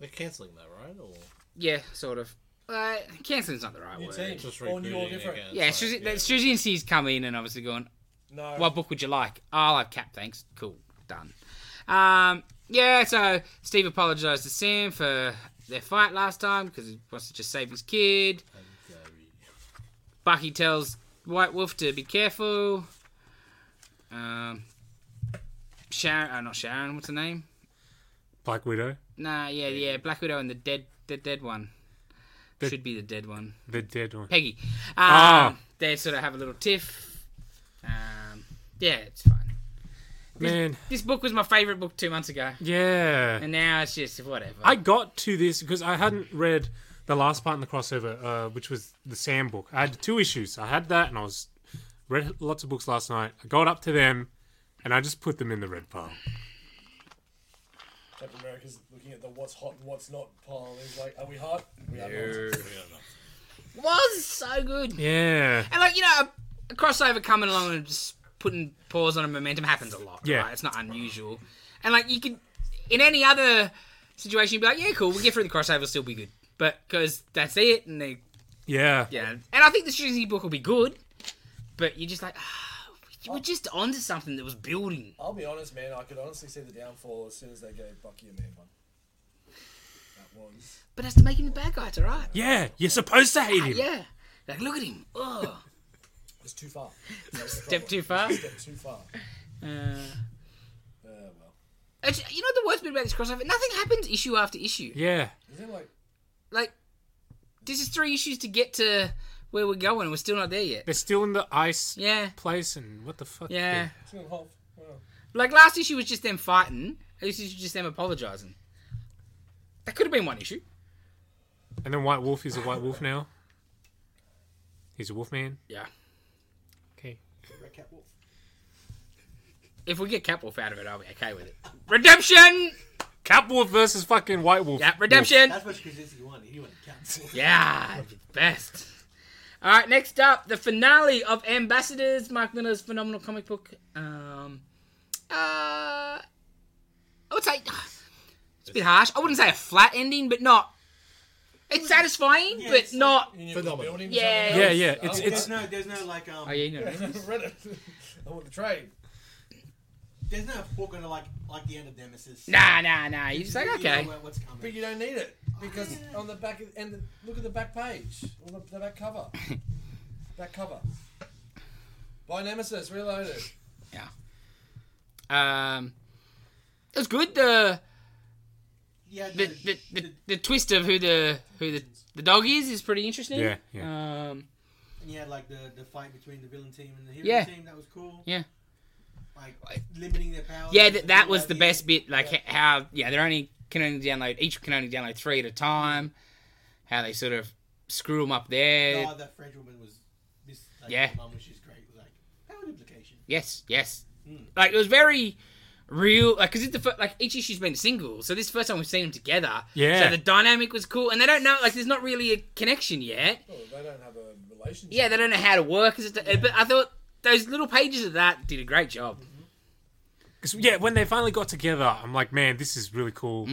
They're cancelling that, right? Or yeah, sort of. Uh, canceling's not the right New word. team. just Or new or rebooting different. again? Yeah, It's like, Straczyn- Straczynski's come in and obviously gone, No. what book would you like? Oh, I'll have Cap, thanks. Cool, done. Um, yeah, so Steve apologised to Sam for their fight last time because he wants to just save his kid. Bucky tells White Wolf to be careful. Um, Sharon, oh, not Sharon, what's her name? Black Widow, Nah, yeah, yeah, Black Widow and the dead, the dead one. The- Should be the dead one. the dead one. Peggy. Um, Ah. They sort of have a little tiff. Um, yeah, it's fine. Man, This book was my favourite book two months ago, yeah. and now it's just whatever. I got to this because I hadn't read the last part in the crossover, uh, which was the Sam book. I had two issues. I had that, and I was read lots of books last night. I got up to them, and I just put them in the red pile. Captain America's looking at the what's hot and what's not pile. and He's like, are we hot? We are not. We don't know. was so good, Yeah, and like you know, a, a crossover coming along and just putting pause on a momentum happens a lot. Yeah. right? it's not unusual, and like you could in any other situation, you'd be like, yeah, cool, we'll get through the crossover, it'll still be good, but because that's it, and they yeah, yeah, and I think the Straczynski book will be good, but you're just like, ah, we we're just onto something that was building. I'll be honest, man. I could honestly see the downfall as soon as they gave Bucky a man one. That was. But that's to make him the bad guy, it's alright. yeah. You're supposed to hate him. Yeah. Like, look at him. Oh. It was too far. Step too far. Step too far. Uh, Uh, well. actually, you know the worst bit about this crossover? Nothing happens issue after issue. Yeah, Is it like. Like, this is three issues to get to where we're going. and We're still not there yet. they're still in the ice Yeah. place, and what the fuck? Yeah. It's not hot. Well, Like, last issue was just them fighting. This issue just them apologising. That could have been one issue. And then White Wolf is a White Wolf now. He's a wolf man. Yeah. Okay. Red Cat Wolf. If we get Catwolf out of it, I'll be okay with it. Redemption! Cap Wolf versus fucking White Wolf. Yeah, redemption! That's what Straczynski wanted. He wanted Cat Wolf. Yeah, best. All right, next up, the finale of Ambassadors, Mark Miller's phenomenal comic book. Um, uh, I would say it's a bit harsh. I wouldn't say a flat ending, but not. It's satisfying, Yeah, but it's not. you Phenomenal. building Yeah. Yeah, yeah. It's There's it's no, there's no like, um, Oh yeah, you know. what I mean. Reddit. I want the trade. there's no hook on like, like the end of Nemesis. Nah, nah, nah. You're just like You know okay. what- what's coming. But you don't need it Oh, because on the back of, and the, look at the back page or the, the back cover, back cover. By Nemesis Reloaded. Um, it was good. The yeah, the, the, the, the twist of who the who the, the dog is is pretty interesting. Yeah, yeah. Um, And you had like the, the fight between the villain team and the hero Yeah. team. That was cool. Yeah. Like limiting their powers. Yeah, and th- that all was the idea. best bit. Like h- how yeah, they're only can only download each can only download three at a time. How they sort of screw them up there. Oh, that French woman was. Miss, like, Yeah. Mum, which is great. Like power duplication. Yes, yes. Mm. Like it was very real. Like because it's the fir- like each issue's been single, so this is the first time we've seen them together. Yeah. So the dynamic was cool, and they don't know like there's not really a connection yet. Oh, they don't have a relationship. Yeah, they don't know how to work. 'cause it's- But I thought those little pages of that did a great job. 'cause, yeah. When they finally got together, I'm like, man, this is really cool.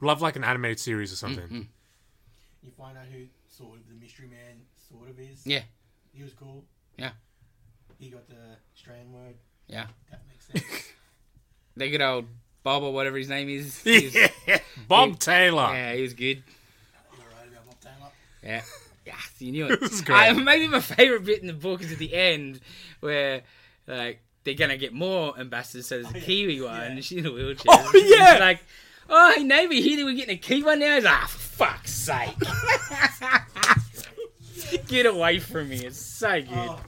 Love like an animated series or something. You find out who sort of the mystery man sort of is. Yeah. He was cool. Yeah. He got the strand word. Yeah. That makes sense. The good old Bob or whatever his name is. he was- Yeah. Bob He- Taylor. yeah, he was good. You're right about Bob Taylor. Yeah. Yeah, you knew It was it. great. Uh, maybe my favorite bit in the book is at the end where, like, they're gonna get more ambassadors. So there's a yeah. Kiwi one, Yeah. and she's in a wheelchair. Oh, She's yeah. like, oh, hey, neighbor, here that we're getting a Kiwi one now. He's like, ah, for fuck's sake. get away from me. It's so good. Oh,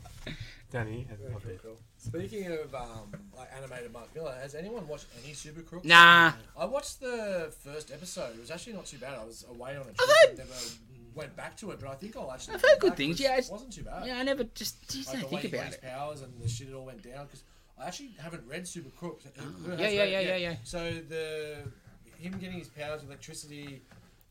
Danny. Pretty cool. Speaking of um, like animated Mark Miller, has anyone watched any Super Crooks? Nah. I watched the first episode. It was actually not too bad. I was away on a trip. heard- and never went back to it, but I think I'll actually. I've go heard good back. things, It was- yeah, it's- wasn't too bad. Yeah, I never just, just Like don't the way think he about raised it. powers and the shit it all went down because I actually haven't read Super Crooks. Who has Ah. Yeah, yeah, read it yeah, yet? yeah, yeah. So the him getting his powers with electricity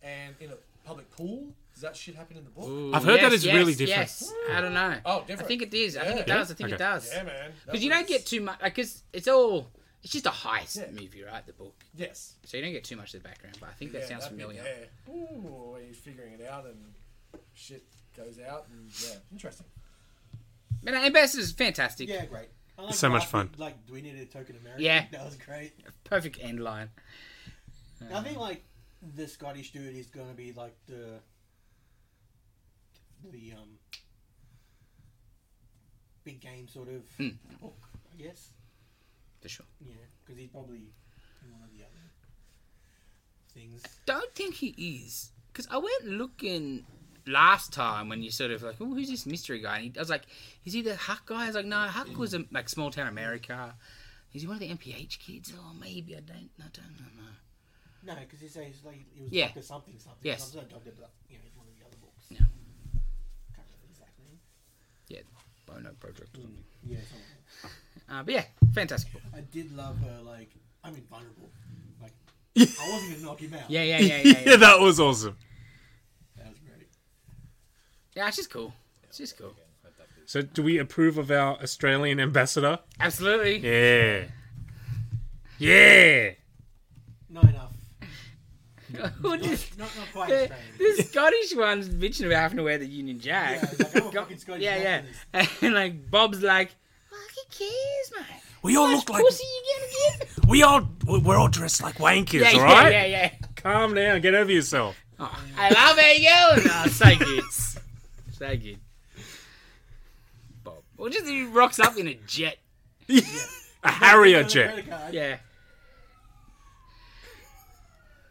and in a public pool. Does that shit happen in the book? I've heard that Yes, is really yes, different. Yes, I don't know. Oh, different. I think it is. I think it Yeah? does. I think Okay. it does. Yeah, man. That Because you don't was- get too much, because it's all, it's just a heist Yeah. movie, right? The book. Yes. So you don't get too much of the background, but I think that Yeah, sounds that bit, familiar. Yeah. Ooh, where he's figuring it out and shit goes out and yeah, interesting. But Ambassador's fantastic. Yeah, great. I like so much last fun. week, Like, do we need a token American? Yeah. that was great. Perfect end line. I think like the Scottish dude is gonna be like the the um big game sort of Hmm. hook, I guess. For sure. Yeah, because he's probably in one of the other things. Don't think he is. Because I went looking last time when you sort of like, oh, who's this mystery guy? And he, I was like, is he the Huck guy? I was like, no, Huck was a, like small town America. Is he one of the MPH kids? Oh, maybe I don't. I don't know. No, because he says like it was Yeah. Doctor something something. Yes. something, Doctor, but, you know, it's one of the other books. Yeah. Can't remember the exact name. Yeah, Bono Project. or something. Yeah, something. like Uh, but yeah, fantastic book. that. I did love her. Like I'm invulnerable. Like Yeah. I wasn't gonna knock him out. Yeah, yeah, yeah, Yeah, yeah. yeah. that was awesome. that was great. yeah, it's just cool. It's just cool. So, do we approve of our Australian ambassador? Absolutely. Yeah. Yeah. Not enough. Who did- Not not quite the, Australian. the Scottish one's bitching about having to wear the Union Jack. Yeah, it's like, I'm a Go- fucking Scottish yeah, nationalist. yeah. And like Bob's like, fucking cares, mate. We all How look much like pussy you gonna get? we all we're all dressed like wankers, Yeah, all yeah, right? yeah, yeah. Calm down, get over yourself. Oh, I love it, you. No, so good, so good. Bob, or just he rocks up in a jet. A Harrier Got a jet. credit card. Yeah,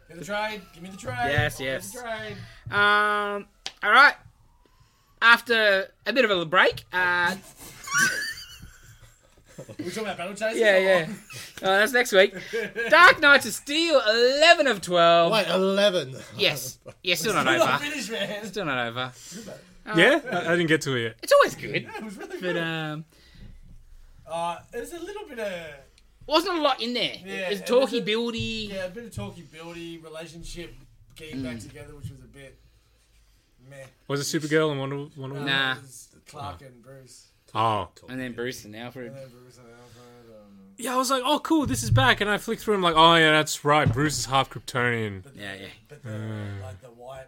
Give me the trade. Give me the trade. Yes, I'll give yes. The trade. Um, all right. After a bit of a break, uh, We talking about battle chasers? yeah, or- yeah. Oh, that's next week. Dark Knights of Steel, eleven of twelve. Wait, 11. Yes, yeah, still not We're not over. finished, man. Still not over. Yeah? I, I didn't get to it yet. It's always good, It was really but good. um, Uh, there's a little bit of wasn't a lot in there. Yeah, it's and talky, there's buildy. yeah, a bit of talky buildy relationship getting back together, which was a bit meh. Uh, Was it Supergirl and Wonder Wonder Woman? Nah. It was Clark and Bruce. Oh. And then Bruce and Alfred. And then Bruce and Alfred. Um, Yeah, I was like, oh cool, this is back and I flicked through I'm like, oh yeah, that's right, Bruce is half Kryptonian. but Yeah, the, yeah. But the like the white,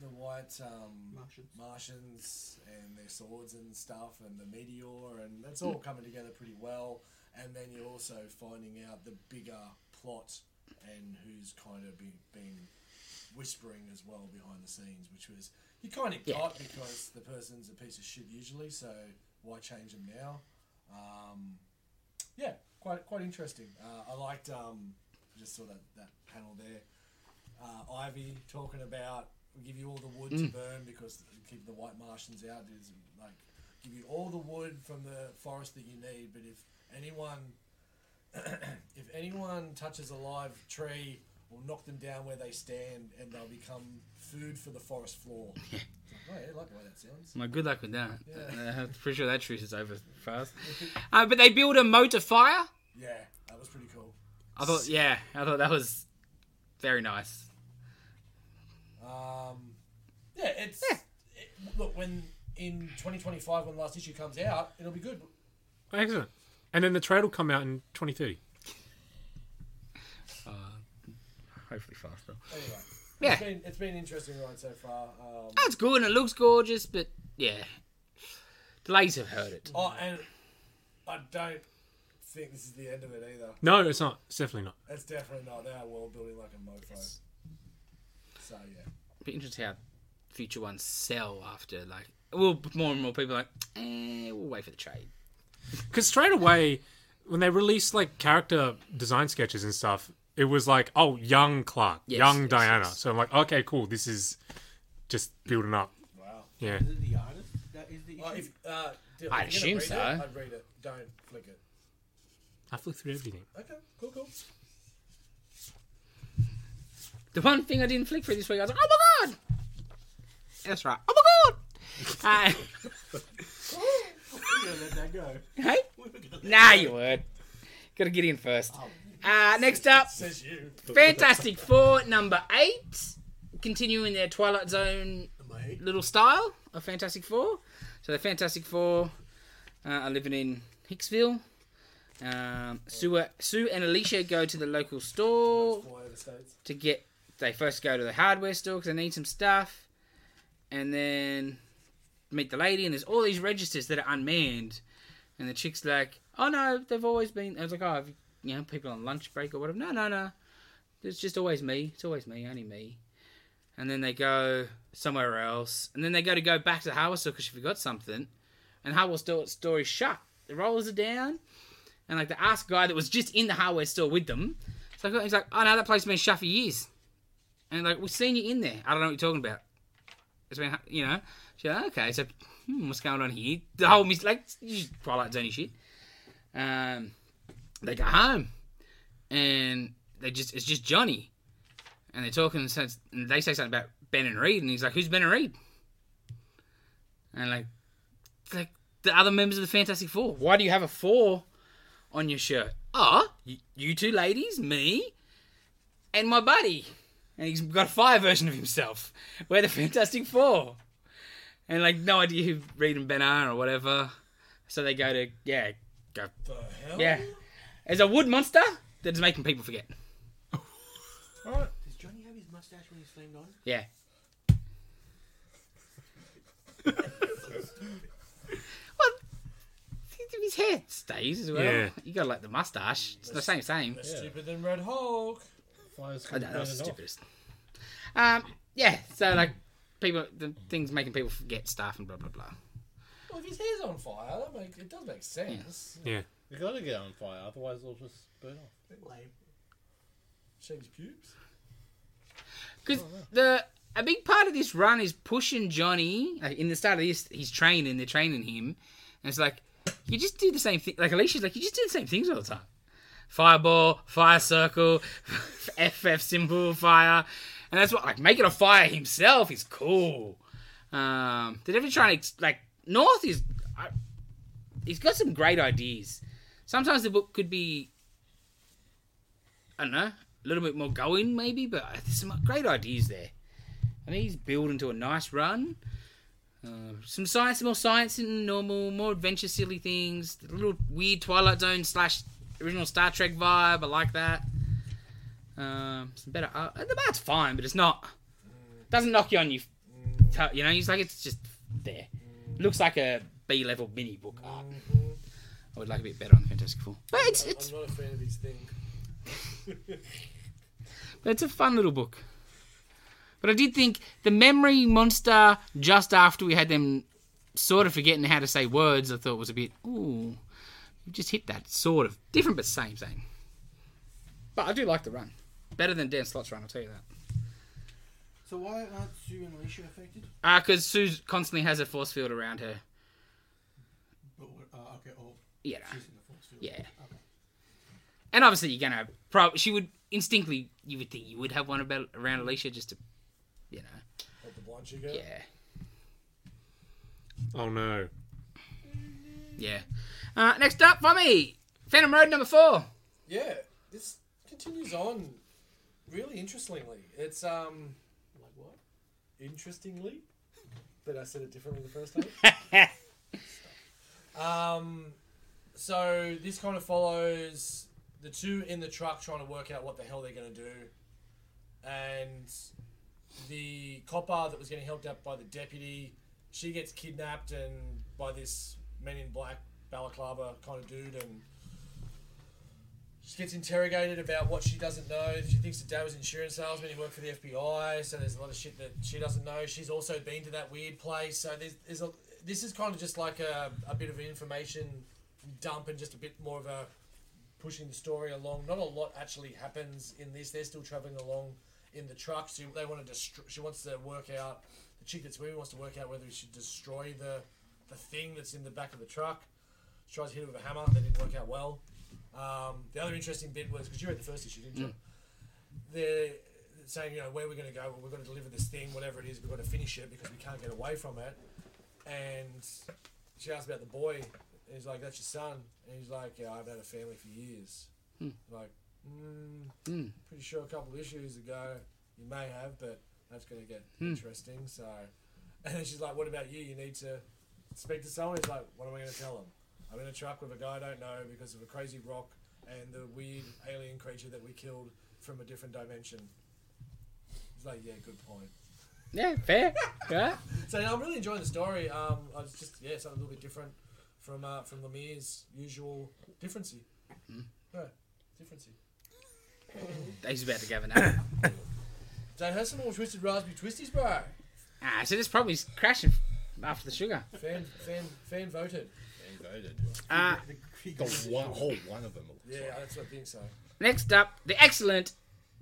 the white um, Martians. Martians and their swords and stuff, and the meteor, and that's all coming together pretty well. And then you're also finding out the bigger plot and who's kind of been, been whispering as well behind the scenes, which was you kind of Yeah. got because the person's a piece of shit usually, so why change them now? Um, yeah, quite quite interesting. Uh, I liked. Um, I just saw that that panel there. Uh, Ivy talking about we give you all the wood to burn because to keep the white Martians out is like give you all the wood from the forest that you need, but if anyone if anyone touches a live tree, we'll knock them down where they stand, and they'll become food for the forest floor. It's like, oh, yeah, I like the way that sounds. My good luck with that. Uh, I'm pretty sure that truce is over fast. Uh, but they build a motor fire. Yeah, that was pretty cool. I thought, yeah, I thought that was very nice. Um, yeah, it's it- look when in 2025 when the last issue comes out, it'll be good. Excellent. And then the trade will come out in twenty thirty. Hopefully faster. Anyway, Yeah. it's been it's been an interesting ride so far. Um, That's Oh, good and it looks gorgeous, but yeah. Delays have heard it. oh, and I don't think this is the end of it either. No, it's not. It's definitely not. It's definitely not. They are world building like a mofo. So yeah. Be interesting how future ones sell after like. Well, more and more people are like, eh, we'll wait for the trade. Because straight away, when they released like character design sketches and stuff, it was like, oh, young Clark, Yes, young yes, Diana. yes. So I'm like, okay, cool. This is just building up. Wow. Yeah. Is it the artist? That is the issue. Well, if, uh, Dylan, I'd if assume you're gonna read it, so. I'd read it. Don't flick it. I flicked through everything. Okay, cool, cool. The one thing I didn't flick through this week, I was like, oh my god! That's right. Uh, Oh my god! We're gonna let that go. Uh, hey? We're gonna let Nah, you would. Gotta get in first. that go. Uh, next up, Says you. Fantastic Four number eight, continuing their Twilight Zone Mate. little style of Fantastic Four. So the Fantastic Four uh, are living in Hicksville. Um, Sue, Sue and Alicia go to the local store Fly over the states. to get. They first go to the hardware store because they need some stuff, and then meet the lady. And there's all these registers that are unmanned, and the chick's like, "Oh no, they've always been." I was like, "Oh, have you, you know, people on lunch break or whatever." No, no, no. It's just always me. It's always me, only me. And then they go somewhere else, and then they go to go back to the hardware store because she forgot something, and hardware store store is shut. The rollers are down, and like the ass guy that was just in the hardware store with them so I got, he's like, oh no, that place has been shut for years. And like, we've seen you in there. I don't know what you're talking about. It's been, you know. She's like, okay, so hmm, what's going on here? The whole mis- like you just Twilight Zone shit. Um, they go home, and they just it's just Johnny, and they're talking and, says, and they say something about Ben and Reed, and he's like, who's Ben and Reed? And like, it's like the other members of the Fantastic Four. Why do you have a four on your shirt? Ah, y- you two ladies, me, and my buddy. And he's got a fire version of himself. We're the Fantastic Four. And like no idea who Reed and Ben are or whatever. So they go to yeah, go The hell? yeah. There's a wood monster that is making people forget. Alright. Does Johnny have his mustache when he's flamed on? Yeah. well, his hair stays as well. Yeah. You gotta like the mustache. It's the same same. That's Stupid than Red Hulk. Flyers I know, that was complained the enough. stupidest. Um, yeah, so like people, the things making people forget stuff and blah blah blah. Well, if his hair's on fire, that make, it does make sense. Yeah. You gotta get on fire, otherwise it'll just burn off. Lame. Shave his pubes. Because the a big part of this run is pushing Johnny. Like in the start of this, he's training. They're training him, and it's like you just do the same thing. Like Alicia's like you just do the same things all the time. Fireball, fire circle, FF symbol, fire, and that's what like making a fire himself is cool. Um, they're definitely trying to ex- like North is. I, he's got some great ideas. Sometimes the book could be I don't know, a little bit more going maybe, but there's some great ideas there. I mean, he's building to a nice run. Uh, some science, more science than normal, more adventure, silly things. A little weird Twilight Zone slash original Star Trek vibe. I like that. Um, some better art. The art's fine, but it's not. Doesn't knock you on your. T- you know, he's like it's just there. Looks like a B level mini book art. I would like a bit better on the Fantastic Four, but it's I'm it's not a fan of his thing. But it's a fun little book. But I did think the memory monster just after we had them sort of forgetting how to say words, I thought was a bit ooh. You just hit that sort of different but same same. But I do like the run. Better than Dan Slott's run, I'll tell you that. So why aren't Sue and Alicia affected? Ah, because Sue constantly has a force field around her. But we're- uh, okay, oh, You know. she's in the force field. Yeah. Okay. And obviously, you're gonna probably she would instinctively you would think you would have one about around Alicia just to, you know, Let the blind chick go. yeah. Oh no. Yeah. Uh, next up for me, Phantom Road number four. Yeah, this continues on really interestingly. It's um like what? Interestingly? But I said it differently the first time. um so this kind of follows the two in the truck trying to work out what the hell they're gonna do. And the copper that was getting helped out by the deputy, she gets kidnapped and by this men in black balaclava kind of dude and she gets interrogated about what she doesn't know. She thinks her dad was an insurance salesman. He worked for the FBI, so there's a lot of shit that she doesn't know. She's also been to that weird place, so there's, there's a, this is kind of just like a, a bit of an information dump and just a bit more of a pushing the story along. Not a lot actually happens in this. They're still traveling along in the truck. She, they want to destro- She wants to work out. The chick that's with her wants to work out whether she should destroy the the thing that's in the back of the truck. She tries to hit it with a hammer. That didn't work out well. Um, the other interesting bit was because you read the first issue, didn't you? They're saying, you know, where we're going to go, we're going to deliver this thing, whatever it is, we've got to finish it because we can't get away from it. And she asked about the boy. And he's like, that's your son. And he's like, yeah, I've had a family for years. Like, Pretty sure a couple of issues ago you may have, but that's going to get interesting. So, and then she's like, "What about you? You need to speak to someone." He's like, "What am I going to tell him? I'm in a truck with a guy I don't know because of a crazy rock and the weird alien creature that we killed from a different dimension." He's like, "Yeah, good point." Yeah, fair. Yeah. So yeah, I'm really enjoying the story. Um, I was just yeah, something a little bit different from uh, from Lemire's usual differency. Yeah, differency. Dave's about to go now. Don't have some more twisted raspberry twisties, bro. ah, so this probably is crashing after the sugar. Fan fan fan voted. And voted. Uh, The one, whole one of them. it looks Yeah, like. that's what I think so. next up, the excellent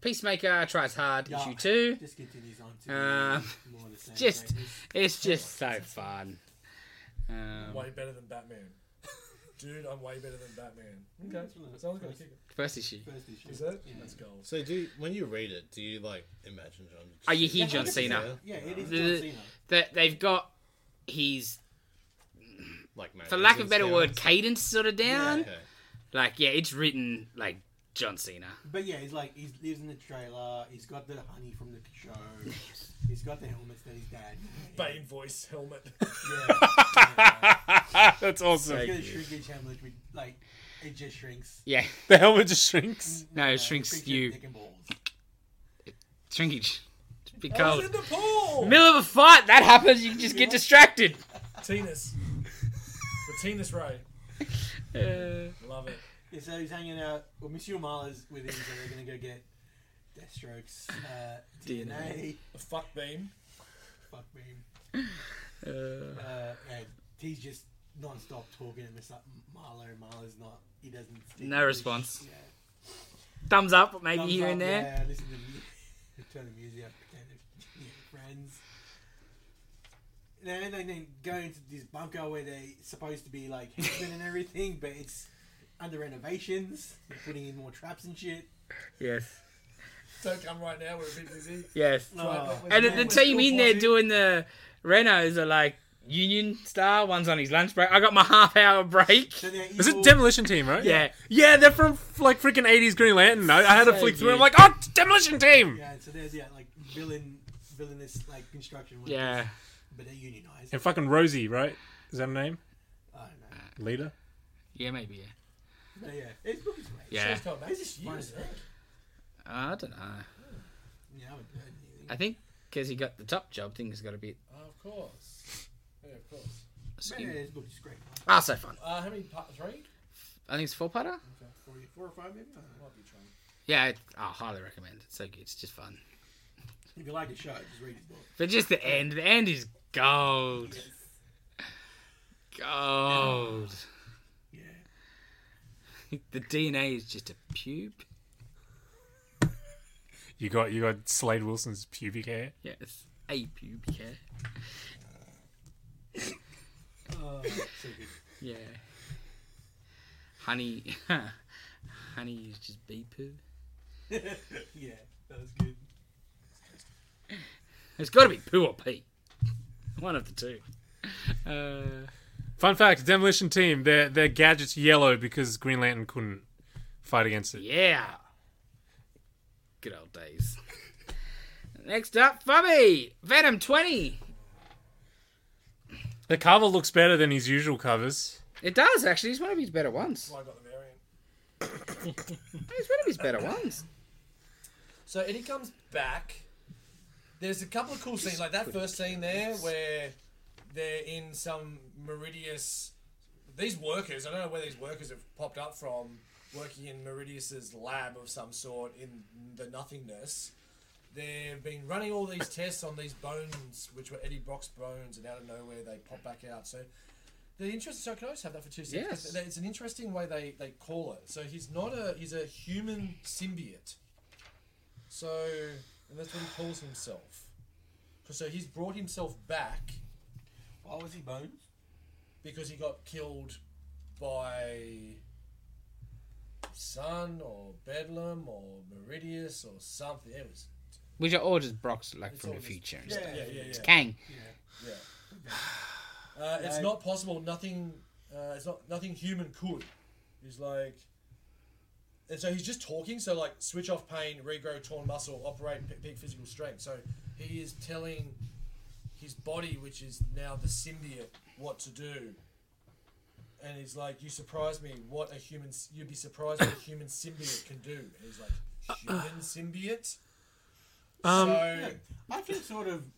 Peacemaker Tries Hard, Yeah. issue two. This continues on to Um, more of the same. just- greatness. It's just so fun. Um, Way better than Batman. Dude, I'm way better than Batman. Okay, someone's gonna kick it. first issue. First issue. Is it? That's gold. So do you, when you read it, do you like imagine John? Are you here, Yeah, John 100%. Cena? Yeah, it is The- John Cena. That they've got his, Like man, for lack of a better word, cadence sort of down. Okay. Like, yeah, it's written like John Cena. But yeah, he's like he lives in the trailer. He's got the honey from the show. he's got the helmets that his dad. Bane voice helmet. Oh, Yeah, That's awesome. he's got a shrinkage helmet with like it just shrinks. Yeah. The helmet just shrinks. No, Uh, it shrinks your you. neck and balls. Shrinkage. It's a bit I was cold. in the pool. Middle of a fight, that happens. You just get distracted. Tinus. The Tinus Ray. Uh, Love it. Yeah, so he's hanging out. Well, Monsieur Marla's with him, so they're gonna go get Deathstroke's uh, DNA. The fuck beam. Fuck me. uh, Uh, and he's just non-stop talking to Miss Marlo. Marlo's not. He doesn't. speak No English. response. Yeah. thumbs up, maybe Thumbs here up, and there. Yeah, listen to music. Turn the music up. Pretend they're yeah, friends. And then they then go into this bunker where they're supposed to be like henchmen and everything, but it's under renovations. They're putting in more traps and shit. Yes. Don't come right now. We're a bit busy. Yes. Oh. And the, the team in there doing the Renos are like Union Star. One's on his lunch break. I got my half hour break. So they're Is evil- it Demolition Team, right? Yeah. Yeah, they're from like freaking 80s Green Lantern. I, I had a So flick through. I'm good. like, oh, it's Demolition Team. Yeah, so there's yeah like villain, villainous like construction. workers, Yeah. but they're unionized. And fucking Rosie, right? Is that her name? I don't know. Leader. Yeah, maybe. Yeah. But yeah, it's book's great. Yeah. Come on, mate. This Fine. year's it. I don't know. Yeah, I haven't heard anything. I think because he got the top job, things got a bit. Uh, Of course. Yeah, of course. But yeah, this book's great. Ah, so fun. Uh, how many part three? I think it's four parter. Four, four or five maybe. I don't know. Might be trying. Yeah, it, I highly recommend. It's so good. It's just fun. If you like the show, just read his book. But just the end. The end is gold. Gold. Yeah. The DNA is just a pube. You got you got Slade Wilson's pubic hair. Yeah, it's a pubic hair. Oh, so good. Yeah. Honey, honey is just bee poo. yeah, that was good. It's got to be poo or pee. One of the two. Uh, Fun fact: Demolition Team. Their their gadgets yellow because Green Lantern couldn't fight against it. yeah. Good old days. Next up, Fubby Venom Twenty. The cover looks better than his usual covers. It does actually. It's one of his better ones. I got the variant. It's one of his better ones. So Eddie comes back. There's a couple of cool scenes, like that first scene there where they're in some Meridius. These workers, I don't know where these workers have popped up from, working in Meridius's lab of some sort in the nothingness. They've been running all these tests on these bones, which were Eddie Brock's bones, and out of nowhere they pop back out. So the interesting. So can I just have that for two seconds? Yes. It's an interesting way they, they call it. So he's not a he's a human symbiote. So, and that's what he calls himself. 'Cause- So he's brought himself back Why was he bones? because he got killed by Sun or Bedlam or Meridius or something. It was Which are all just Brock's like It's from the all just- future and Yeah, stuff. yeah, yeah, It's yeah. Kang. Uh, it's No. not possible. Nothing. Uh, it's not nothing human could. He's like, and so he's just talking. So like, switch off pain, regrow torn muscle, operate p- peak physical strength. So he is telling his body, which is now the symbiote, what to do. And he's like, "You surprise me. What a human! s- You'd be surprised what a human symbiote can do." And he's like, "Human symbiote." Um, so I can sort of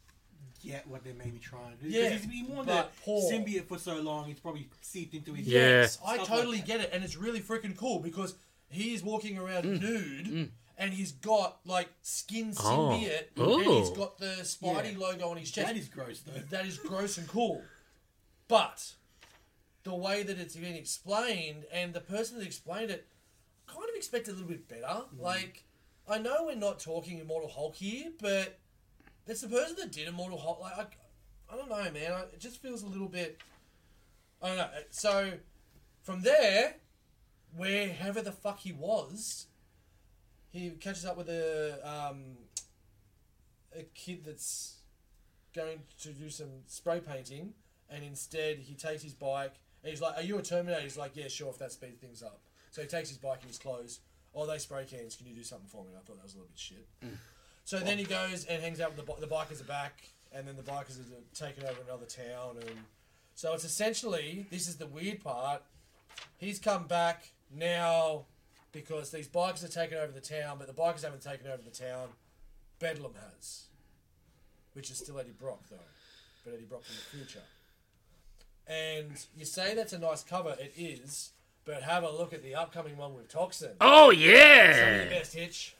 get what they may be trying to do. Yeah, Yeah, he's been more the but poor. symbiote for so long, it's probably seeped into his. Yeah. Yes, I Stuff like totally that. get it, and it's really freaking cool because he is walking around nude, and he's got like skin Mm. Oh. symbiote, and Ooh. he's got the Spidey Yeah. logo on his chest. That is gross, though. that is gross and cool, but the way that it's been explained and the person that explained it, kind of expected a little bit better. Like, I know we're not talking Immortal Hulk here, but it's the person that did Immortal Hulk. Like, I, I don't know, man. I, it just feels a little bit. I don't know. So, from there, wherever the fuck he was, he catches up with a um, a kid that's going to do some spray painting, and instead he takes his bike and he's like, "Are you a Terminator?" He's like, "Yeah, sure, if that speeds things up." So he takes his bike and his clothes. Oh, they spray cans. Can you do something for me? I thought that was a little bit shit. So then he goes and hangs out with the, bi- the bikers are back, and then the bikers are taken over another town, and so it's essentially this is the weird part. He's come back now because these bikers are taking over the town, but the bikers haven't taken over the town. Bedlam has, which is still Eddie Brock though, but Eddie Brock in the future. And you say that's a nice cover, it is, but have a look at the upcoming one with Toxin. Oh Some of the yeah! best hitch.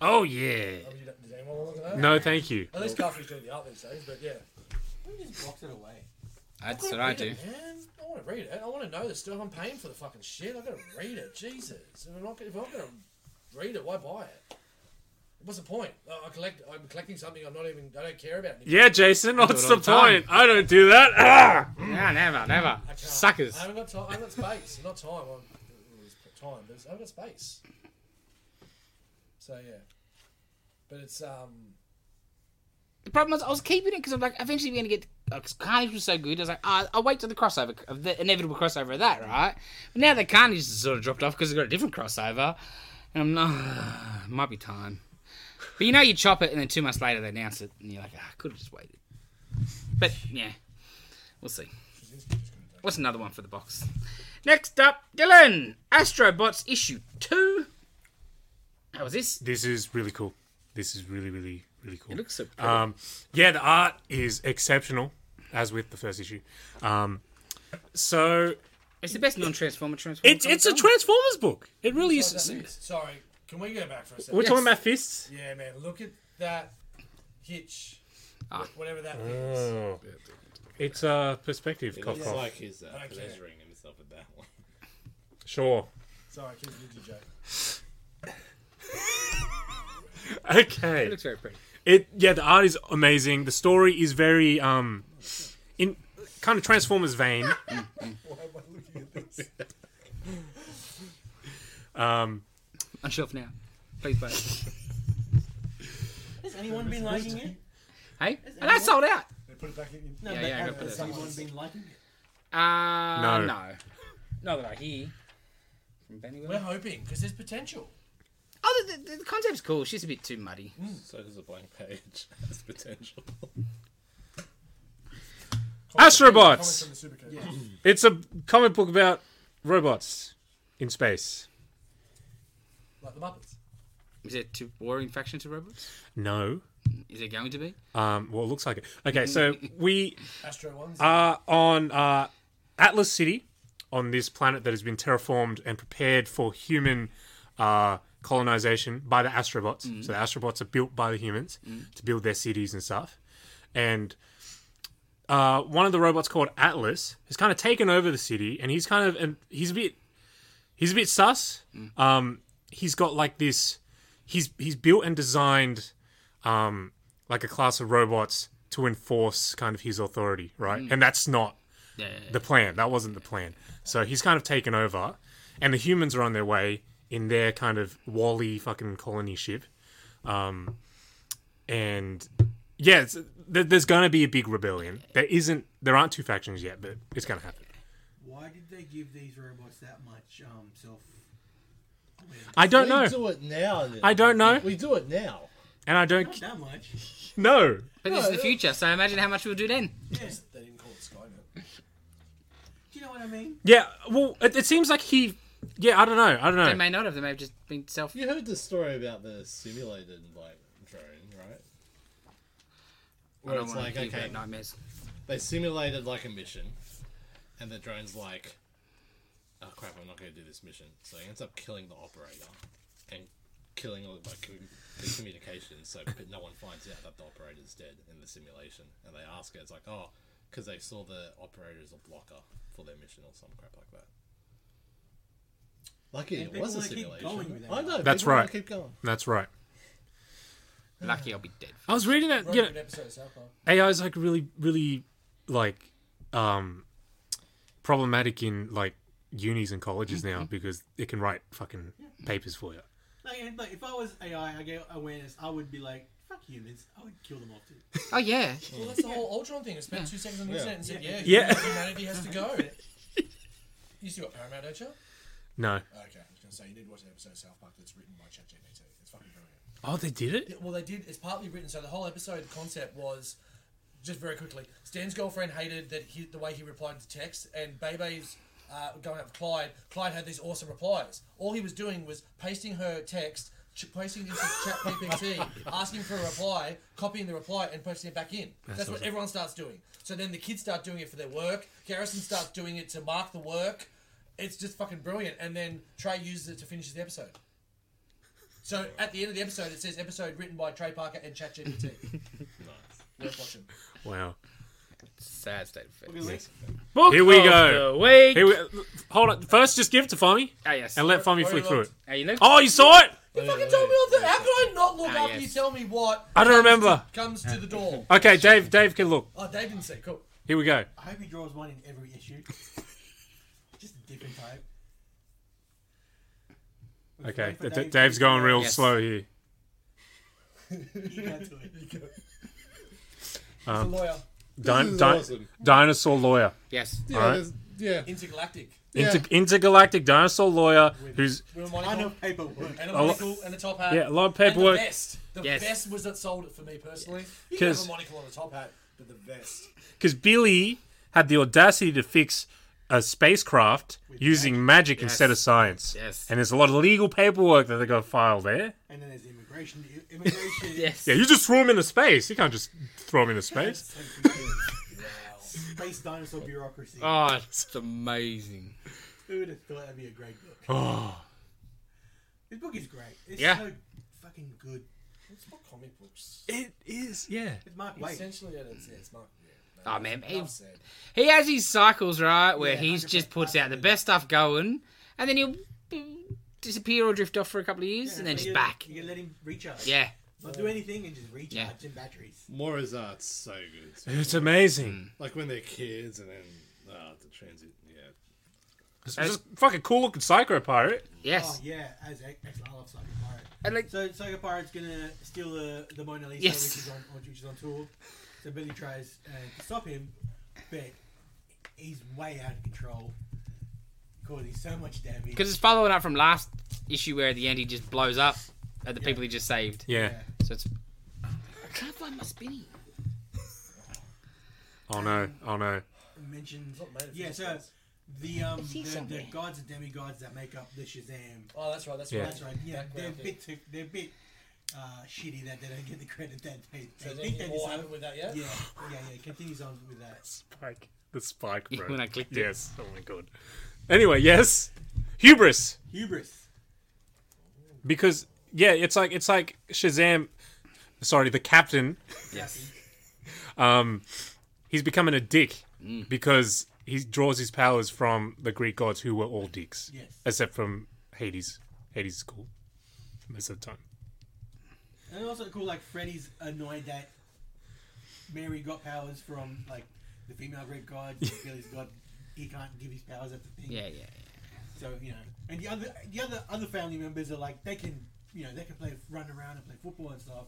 Oh yeah! I mean, you don't- does anyone want to look at that? No, thank you. At least Garfield's doing the art these days, but yeah. Let me just box it away. That's what gotta I read do. it, man. I want to read it. I want to know the stuff. I'm paying for the fucking shit. I gotta read it. Jesus. If I'm not, gonna- if I'm gonna read it, why buy it? What's the point? I I collect. I'm collecting something. I'm not even. I don't care about. Anymore. Yeah, Jason, do what's it the all the time. point? I don't do that. Ah! No, never, never. I can't. Suckers. I haven't got time. I haven't got space. not time. I'm, it was time, but it's, I haven't got space. So yeah, but it's um. The problem was I was keeping it because I'm like, eventually we're gonna get. Because Carnage was so good, I was like, ah, I'll wait till the crossover, of the inevitable crossover of that, right? But now that Carnage has sort of dropped off because they've got a different crossover, and I'm not. might be time. But you know, you chop it, and then two months later they announce it, and you're like, ah, I could have just waited. But yeah, we'll see. What's another one for the box? Next up, Dylan Astrobots issue two. How was this? This is really cool. This is really, really, really cool. It looks so pretty. Um, yeah, the art is exceptional, as with the first issue. Um, so it's the best non-transformer transformer. it's it's a Transformers book. It really is. Sorry, can we go back for a second? We're talking Yes. about fists. Yeah, man. Look at that hitch. Ah. Whatever that is. It's uh, perspective. It Cough, looks cough. like he's uh, Okay. pleasuring himself with that one. Sure. Sorry, keep it to Jake. It Okay. looks very pretty. It yeah, the art is amazing. The story is very um, in kind of Transformers vein. Why am I looking at this? Um, On shelf now. Please buy it. Has anyone been liking it? Hey? And I sold out. They put it back in. No, Yeah, but yeah, I has- got that. has anyone been liking it? Uh, No. No. Not that I hear. From Benny We're Williams. hoping because there's potential. Oh, the, the, the concept's cool. She's a bit too muddy. So does a blank page has potential. Comments Astrobots. from the super code. It's a comic book about robots in space. Like the Muppets. Is it too warring faction to robots? No. Is it going to be? Um, well, it looks like it. Okay, so we Astro ones. are on uh, Atlas City, on this planet that has been terraformed and prepared for human uh, colonization by the astrobots. So the astrobots are built by the humans to build their cities and stuff. And uh, one of the robots called Atlas has kind of taken over the city, and he's kind of and he's a bit he's a bit sus. Um, he's got like this. He's he's built and designed um, like a class of robots to enforce kind of his authority, right? And that's not Yeah. the plan. That wasn't the plan. So he's kind of taken over, and the humans are on their way in their kind of Wally fucking colony ship. Um, and yeah, it's, there, there's going to be a big rebellion. There isn't. There aren't two factions yet, but it's going to happen. Why did they give these robots that much um, self I don't we know. do it now. Then. I don't know. We do it now. And I Not don't that much. know. But this is the future, so imagine how much we'll do then. They didn't call it Skynet. Do you know what I mean? Yeah, well, it, it seems like he. Yeah, I don't know. I don't They know. may not have. They may have just been self. You heard the story about the simulated like drone, right? I Where don't it's want like to okay, nightmares. they simulated like a mission, and the drone's like, "Oh crap, I'm not going to do this mission." So he ends up killing the operator and killing all like com- the communications, so p- no one finds out that the operator's dead in the simulation. And they ask her, it's like, "Oh, because they saw the operator as a blocker for their mission or some crap like that." Lucky And it was a people wanna keep simulation. going with that. I know. That's people wanna right. Keep going. That's right. Lucky I'll be dead. I was reading that. Wrote You know, an episode of South Park. AI is like really, really like um problematic in like unis and colleges now because it can write fucking papers for you. Like, and, like if I was AI, I get awareness, I would be like, fuck humans. I would kill them all too. Oh yeah. Well, that's the whole Ultron thing. It spent two seconds on the internet and said, yeah, Yeah. humanity- humanity has to go. you still got Paramount, don't you? No. Okay, I was going to say, you need to watch an episode of South Park that's written by ChatGPT. It's fucking brilliant. Oh, they did it. Yeah, well, they did. It's partly written. So the whole episode concept was just very quickly. Stan's girlfriend hated that he, the way he replied to text, and Bebe's uh, going out with Clyde. Clyde had these awesome replies. All he was doing was pasting her text, ch- posting it into ChatGPT, asking for a reply, copying the reply, and posting it back in. That's, what awesome. everyone starts doing. So then the kids start doing it for their work. Garrison starts doing it to mark the work. It's just fucking brilliant. And then Trey uses it to finish the episode. So at the end of the episode, it says episode written by Trey Parker and ChatGPT. Worth watching. Wow. Sad state of affairs. Here we of go. The week. Here we, hold on. First, just give it to Fami Oh yes. and let Fami Already flick through it. looked. How you look? Oh, you saw it? You fucking told me all that. How could I not look Ah, up? yes. You tell me what. I don't comes remember. To, comes to the door. Okay, Dave. Dave can look. Oh, Dave didn't see. Cool. Here we go. I hope he draws one in every issue. Just a different type. Okay, Wait for D- Dave. Dave's going real Yes. slow here. You got to it. He's a lawyer. Din- is di- awesome. Dinosaur lawyer. Yes. Yeah, Alright. there's- yeah. Intergalactic. Inter- intergalactic dinosaur lawyer who's With a I know monocle paperwork. and a lo- monocle and a top hat. yeah a lot of And the paperwork. vest. The Yes. vest was that sold it for me personally. You can have Because- a monocle and a top hat, but the vest. because Billy had the audacity to fix a spacecraft using magic, instead of science. Yes. And there's a lot of legal paperwork that they got to file there. And then there's immigration. I- Immigration. Yes. Yeah, you just threw him into space. You can't just throw him into space. So confusing. Space dinosaur bureaucracy. Oh, it's amazing. Who would have thought that'd be a great book? Oh, This book is great. It's Yeah. so fucking good. It's not comic books. it is. Yeah. It's Mark Waid. Essentially, it is. Yeah, it's not. Yeah, Oh, man, he- enough said. He has his cycles right, where Yeah, he's just 100%, puts out the best stuff going, and then he'll mm, disappear or drift off for a couple of years, and then You just can- back. You can let him recharge. Yeah. Not do anything and just recharge Yeah. and batteries. Mora's art's uh, so good. It's amazing. Like when they're kids and then oh, the transit. Yeah. It's just a fucking cool looking psycho pirate. Oh Yes. yeah, as ex I love Psycho Pirate. And like, So Psycho Pirate's gonna steal the, the Mona Lisa Yes. which is on which is on tour. So Billy tries uh, to stop him, but he's way out of control, causing so much damage. because it's following up from last issue where at the end he just blows up at the people he just saved. Yeah. Yeah. So it's. I can't find my spinny. Oh no. Oh no. Mentions not made of yeah. fish So guts. the um It's here the, the somewhere. gods and demigods that make up the Shazam. Oh, that's right. That's Yeah. right. That's right. Yeah, That they're a ground thing. bit too, they're a bit uh, shitty that they don't get the credit that they, So they is there think they anything more deserve. happened with that Yeah, yet? yeah, yeah. It continues on with that. Spike. The spike, bro. When I clicked it. yes. Oh my god. Anyway, yes. Hubris. Hubris. because yeah, it's like it's like Shazam. Sorry, the captain. Yes. Um, he's becoming a dick because he draws his powers from the Greek gods, who were all dicks, Yes. except from Hades. Hades is cool most of the time. And also cool, like Freddy's annoyed that Mary got powers from like the female Greek god. and Billy's god. He can't give his powers at the thing. Yeah, yeah, yeah. So you know, and the other the other other family members are like they can you know they can play run around and play football and stuff.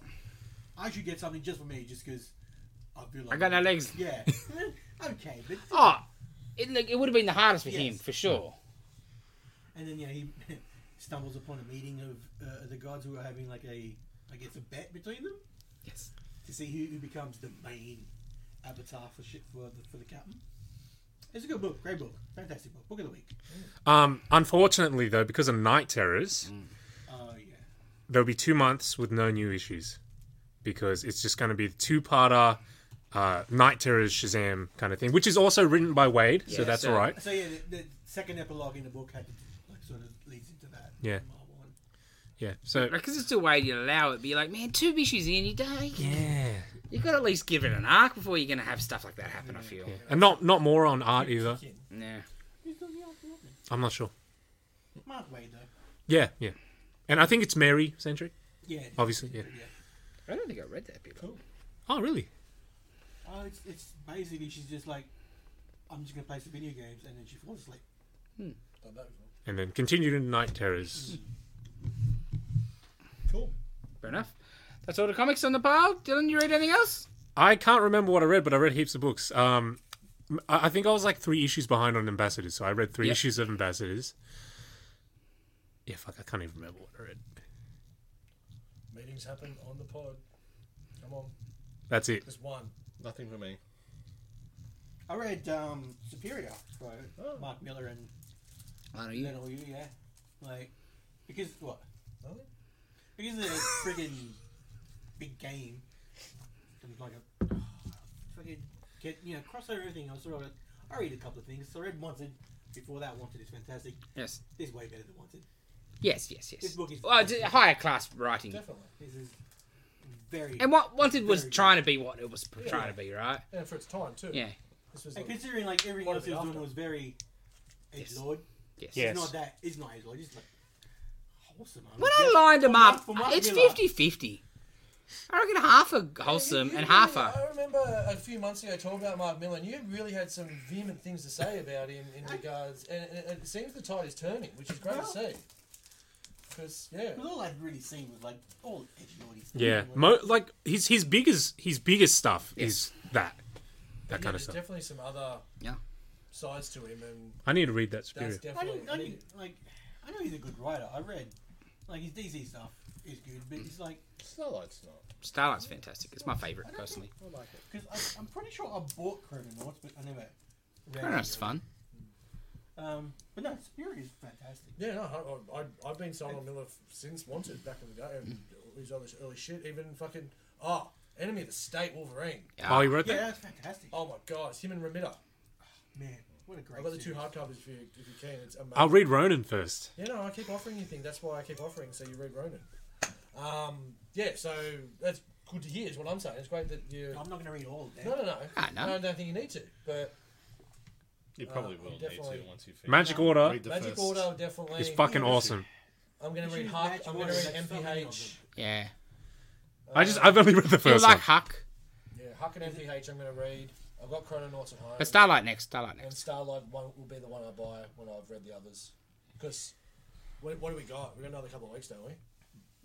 I should get something just for me, just because I feel like I got no legs. Ah. Yeah. okay, but Oh, it, like, it would have been the hardest for him Yes. for sure. and then yeah, he stumbles upon a meeting of uh, the gods who are having like a, I guess, a bet between them Yes. to see who, who becomes the main avatar for shit for the, for the captain. It's a good book, great book, fantastic book, book of the week. Um, unfortunately, though, because of night terrors, Oh yeah, there'll be two months with no new issues because it's just going to be the two-parter uh, night terrors Shazam kind of thing, which is also written by Wade, so Yeah, that's so- all right. so yeah, the, the second epilogue in the book had like sort of leads into that. Yeah. Marvel one. Yeah. So Because it's a way to allow it. Be like, man, two issues in, you don't. yeah, You got to at least give it an arc before you're gonna have stuff like that happen. I feel. yeah. and not not more on art either. Yeah. Who's doing the art for Robin? I'm not sure. Mark Wade though. Yeah, yeah, and I think it's Mary Century, Yeah. obviously. Yeah. I don't think I read that before. Oh, really? Oh, it's, it's basically she's just like, I'm just gonna play some video games, and then she falls asleep. Done that before. And then continued in night terrors. Cool. Fair enough. That's all the comics on the pile. Dylan, you read anything else? I can't remember what I read, but I read heaps of books. Um, I I think I was like three issues behind on Ambassadors, so I read three Yeah. issues of Ambassadors. Yeah, fuck, I can't even remember what I read. Meetings happen on the pod. Come on, That's it. just one. Nothing for me. I read um, Superior by Oh. Mark Miller and I don't know. yeah. you, yeah. Like, because what? Nothing? Because of the friggin' big game. It was like a fucking get you know crossover everything. I was sort of like, I read a couple of things. So I read Wanted before that. Wanted is fantastic. Yes. This is way better than Wanted. Yes. Yes. Yes. This book is Well, it's a higher class writing. Definitely. This is very And what Wanted was Very good. trying to be what it was p- trying to be, right? And for its time too. Yeah. This was like, and uh, considering like everything What else are he they was doing after? was very Yes. edge lord. Yes. Yeah. It's not that. It's not edge lord. It's like wholesome. I'm When like, I yeah, lined for them Mark- up, for Mark it's Miller, 50 50. I reckon half are wholesome You- and you half really- are. I remember a few months ago talking about Mark Miller, and you really had some vehement things to say about him in regards, and, and it seems the tide is turning, which is great Well- to see. Because yeah, Because all I'd really seen was like all edge lordy stuff. Yeah, Like, Mo- like his his biggest his biggest stuff is that that Yeah, kind of there's stuff. definitely some other Yeah. sides to him, and I need to read that that's Superior. I definitely. don't, I don't like. I know he's a good writer. I read like his DC stuff is good, but it's like Starlight's not. Starlight's fantastic. It's my favourite, personally. I like it. because I'm pretty sure I bought Chrononauts, but I never. I don't know, it's it. fun. Um, but no, Superior is fantastic. Yeah, no, I, I, I've been sold on Miller f- since Wanted back in the day, and his other early shit, even fucking oh, Enemy of the State Wolverine. Yeah. Oh, he wrote Yeah, that. that's fantastic. Oh my god, it's him and Remitter. Man, what a great. I've got the two series. hardcovers if you if you can. It's amazing. I'll read Ronan first. Yeah, no, I keep offering you things. That's why I keep offering, so you read Ronan. Um, yeah, so that's good to hear. Is what I'm saying. It's great that you. I'm not going to read all of them. No, no, no. Ah, no. I don't think you need to. But You probably Uh, will need definitely. to once you finish. Magic Order Read the Magic first. Order definitely. is fucking awesome. I'm gonna You read should Huck. match I'm gonna words, read that's so many of MPH. Yeah. I just I've only read the You first like one. Huck, Yeah, Huck and MPH. I'm gonna read. I've got Chrononauts at home. but Starlight next. Starlight and next. Starlight one will be the one I buy when I've read the others. Because what, what do we got? We got another couple of weeks, don't we?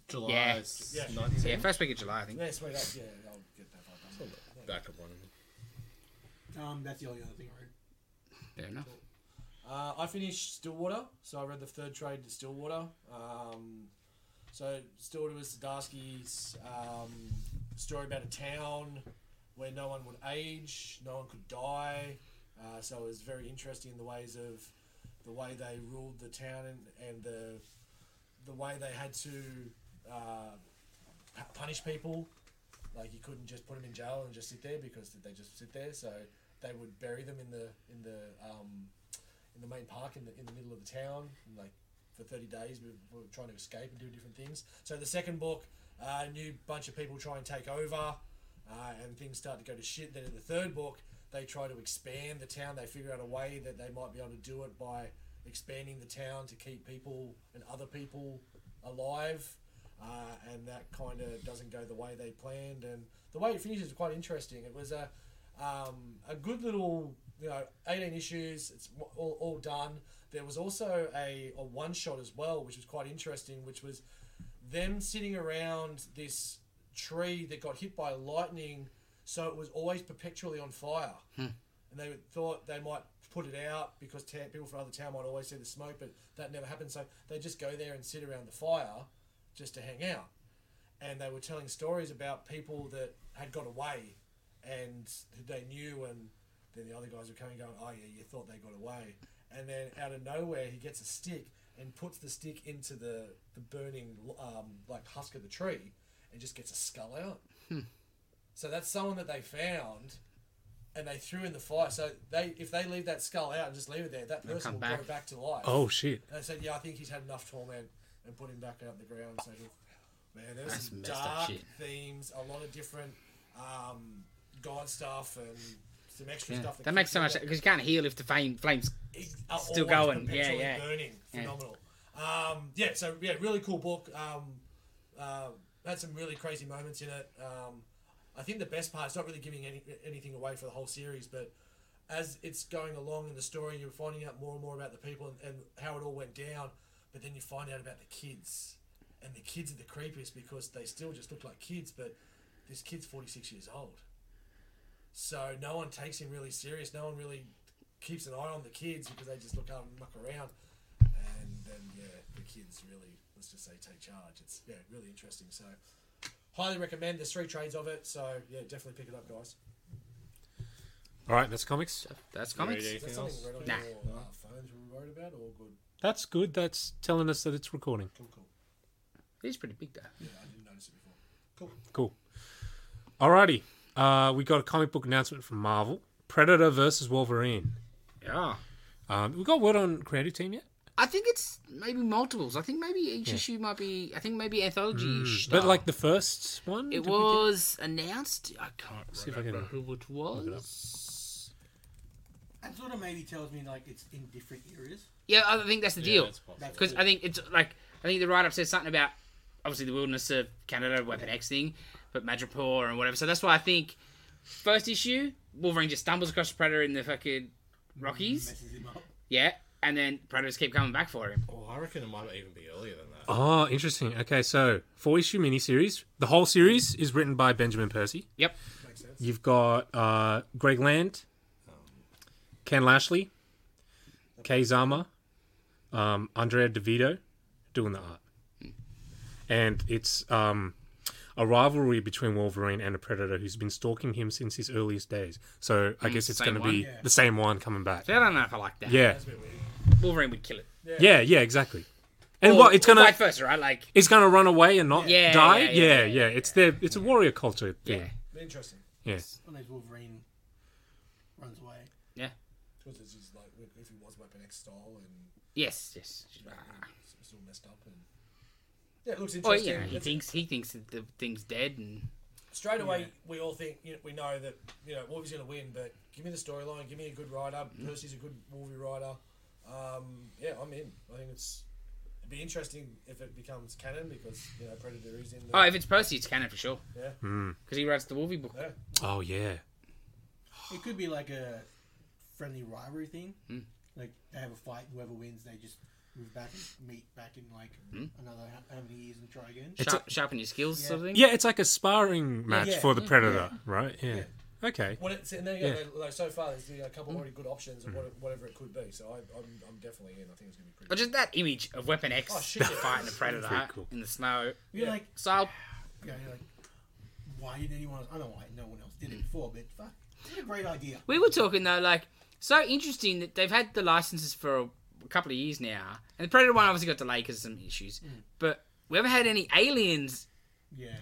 July Yeah. s- Yeah. 19. Yeah, first week of July, I think. Yeah, sweet. that- Yeah, I'll get that. I've done that. Back up one. of them. Um, that's the only other thing I read. Fair enough. Uh, I finished Stillwater, so I read the third trade to Stillwater. Um, so Stillwater was Sadarsky's um, story about a town where no one would age, no one could die. Uh, so it was very interesting in the ways of the way they ruled the town and, and the the way they had to uh, pu- punish people. Like you couldn't just put them in jail and just sit there because they just sit there. So they would bury them in the in the um, in the main park in the, in the middle of the town and like for 30 days we were, we were trying to escape and do different things so the second book uh, new bunch of people try and take over uh, and things start to go to shit then in the third book they try to expand the town they figure out a way that they might be able to do it by expanding the town to keep people and other people alive uh, and that kind of doesn't go the way they planned. And the way it finishes is quite interesting. It was a um, a good little you know 18 issues. It's w- all, all done. There was also a, a one shot as well, which was quite interesting, which was them sitting around this tree that got hit by lightning, so it was always perpetually on fire. And they thought they might put it out because ta- people from other town might always see the smoke, but that never happened. So they just go there and sit around the fire just to hang out. And they were telling stories about people that had got away and who they knew, and then the other guys were coming going, "Oh yeah, you thought they got away," and then out of nowhere he gets a stick and puts the stick into the the burning um, like husk of the tree, and just gets a skull out. Hmm. So that's someone that they found, and they threw in the fire. So they if they leave that skull out and just leave it there, that person come will go back. back to life. Oh shit! And they said, yeah, I think he's had enough torment and put him back out in the ground. So, he'll- man, there's That's some messed up dark shit. themes, a lot of different um, God stuff and some extra Yeah. stuff. That makes so much kicks in because you can't heal if the flame flames. that is- are still always going. Yeah, perpetually yeah. Burning. Yeah. Phenomenal. Um, yeah, so, yeah, really cool book. Um, uh, had some really crazy moments in it. Um, I think the best part is not really giving any, anything away for the whole series, but as it's going along in the story, you're finding out more and more about the people and, and how it all went down. But then you find out about the kids, and the kids are the creepiest because they still just look like kids. But this kid's 46 years old, so no one takes him really serious. No one really keeps an eye on the kids because they just look up and muck around. And then yeah, the kids really let's just say take charge. It's yeah, really interesting. So highly recommend. There's three trades of it, so yeah, definitely pick it up, guys. All right, that's comics. That's comics. Is that Anything something else? we read on Nah. your uh, phones we wrote about, or good? That's good. That's telling us that it's recording. Cool, cool. He's pretty big though. Yeah, I didn't notice it before. Cool. Cool. Alrighty, uh, we got a comic book announcement from Marvel: Predator versus Wolverine. Yeah. Um, we got word on creative team yet, I think it's maybe multiples. I think maybe each issue might be. I think maybe anthology. ish but like the first one, did Oh. it we get- was announced. I can't see if I remember can who it it up. was. That sort of maybe tells me like it's in different areas. yeah, I think that's the Yeah, deal. that's possible. That's Because cool. I think it's like I think the write up says something about obviously the wilderness of Canada, Weapon X thing, but Madripoor and whatever. So that's why I think first issue Wolverine just stumbles across Predator in the fucking Rockies, messes him up. yeah, and then Predators keep coming back for him. Oh, I reckon it might even be earlier than that. Oh, interesting. Okay, so four issue miniseries. The whole series is written by Benjamin Percy. Yep, Makes sense. You've got uh, Greg Land, Ken Lashley, Kay Zama, um, Andrea DeVito doing the art. And it's um, a rivalry between Wolverine and a predator who's been stalking him since his earliest days. So I guess it's Mm, same going to one? be Yeah. the same one coming back. I don't know if I like that. Yeah, That's a bit weird. Wolverine would kill it. yeah, yeah, exactly. And what it's Or gonna vice versa, right? Like it's gonna run away and not Yeah, die. yeah, Yeah yeah, yeah, It's their it's a warrior culture yeah, thing. Interesting. Yeah. Sometimes Wolverine runs away. yeah, Because it's just like if he was Weapon X style and yes, yes. it's all messed up and yeah, it looks Oh interesting. yeah, he It's- thinks he thinks that the thing's dead and straight away we all think you know, we know that you know Wolverie's going to win, but give me the storyline, give me a good writer. Mm-hmm. Percy's a good Wolverine writer. Um, yeah, I'm in. I think it's it'd be interesting if it becomes canon because you know Predator is in. The, oh, if it's Percy, it's canon for sure. Yeah. Hmm. because he writes the Wolverine book. yeah. Oh yeah. It could be like a friendly rivalry thing. Hmm. Like they have a fight, whoever wins, they just move back and meet back in like Hmm. another how, how many years and try again. It's Sharp, a- sharpen your skills, sort of thing. Yeah, it's like a sparring match Yeah. for the predator, right? Yeah. Okay. Well, it's, and there you go. Yeah. Like, like, so far, there's you know, a Mm-hmm. couple already good options of what, whatever it could be. So I, I'm, I'm definitely in. I think it's going to be But pretty. just that image of Weapon X Oh, shit, yeah. fighting a predator Pretty cool. in the snow. You're Yeah. like, So I'll- you know, you're like, why did anyone? Else? I don't know why no one else Hmm. did it before, but fuck, what a great idea. we were talking though, like so interesting that they've had the licenses for a, a couple of years now, and the Predator one obviously got delayed because of some issues. Hmm. But we haven't had any aliens Yeah.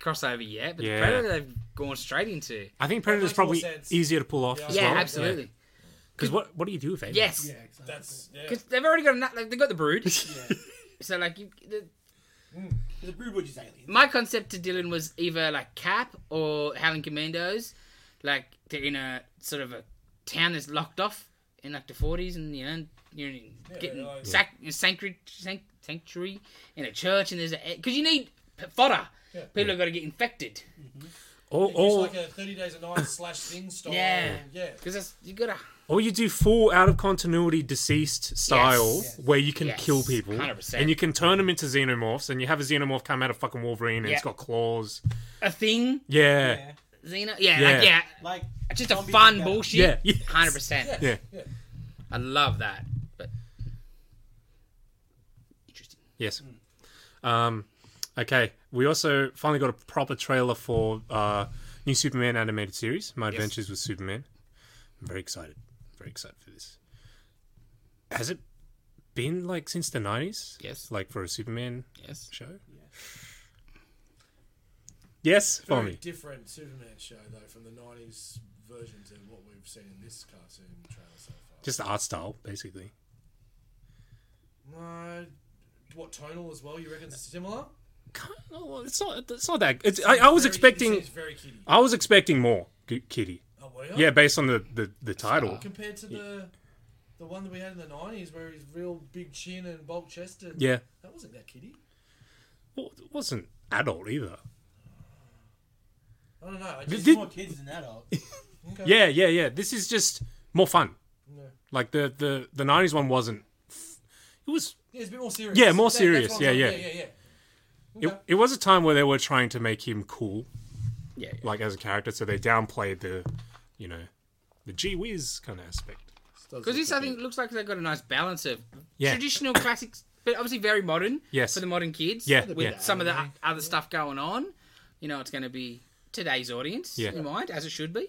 crossover yet. But Yeah. the Predator they've gone straight into. I think predator's makes more probably sense. easier to pull off as Yeah, well. absolutely. Because what what do you do with it? Yes, Yeah. because Exactly. That's yeah. they've already got enough, like, they've got the brood. yeah. so like you, the, The brood were just aliens. my concept to Dylan was either like Cap or Howling Commandos, like they're in a sort of a town that's locked off in like the forties, and you know you're getting like- sac- sanctuary, sanct- sanctuary in a church, and there's a because you need p- fodder. Yeah. People have got to get infected Or It's or, like a thirty days a night slash thing style. Yeah. yeah. because that's you gotta or you do full out of continuity deceased style Yes. where you can Yes, kill people 100%. and you can turn them into xenomorphs and you have a xenomorph come out of fucking Wolverine and Yeah. it's got claws. a thing. Yeah. Xena, yeah, Yeah. like yeah, Like just a zombies fun together. bullshit. Yeah. Yes. hundred percent. Yeah. Yeah. I love that, but interesting. Yes. Um, okay. We also finally got a proper trailer for uh, new Superman animated series, My Adventures with Superman. I'm very excited. Very excited for this. Has it been like since the nineties? Yes. Like for a Superman Yes. show? Yes, for Very me. different Superman show though from the '90s version to what we've seen in this cartoon trailer so far. Just the art style, basically. No, Uh, what tonal as well? You reckon it's similar? Kind of- well, It's not. It's not that. It's, I, I was Very- expecting. It's very kiddie. I was expecting more, G- Kitty. Oh, were ya? Yeah, based on the the, the title. Compared to the the one that we had in the '90s, where he's real big chin and bulk chested. Yeah. That wasn't that kiddie. Well, it wasn't adult either. I don't know. I Did- just, did- More kids than adults. Yeah, yeah, yeah. This is just more fun. Yeah. Like the the the nineties one wasn't. It was. yeah, it's a bit more serious. Yeah, more that's what I'm serious. Yeah, saying. yeah. yeah, yeah, yeah. It, Okay. it was a time where they were trying to make him cool, Yeah. yeah. like as a character. So they downplayed the, you know, the gee whiz kind of aspect. Because this, I think, looks like they've got a nice balance of Yeah. traditional classics, but obviously very modern. Yes. For the modern kids. Yeah, With yeah. some of the o- other stuff going on, you know, it's going to be today's audience Yeah. in mind, as it should be.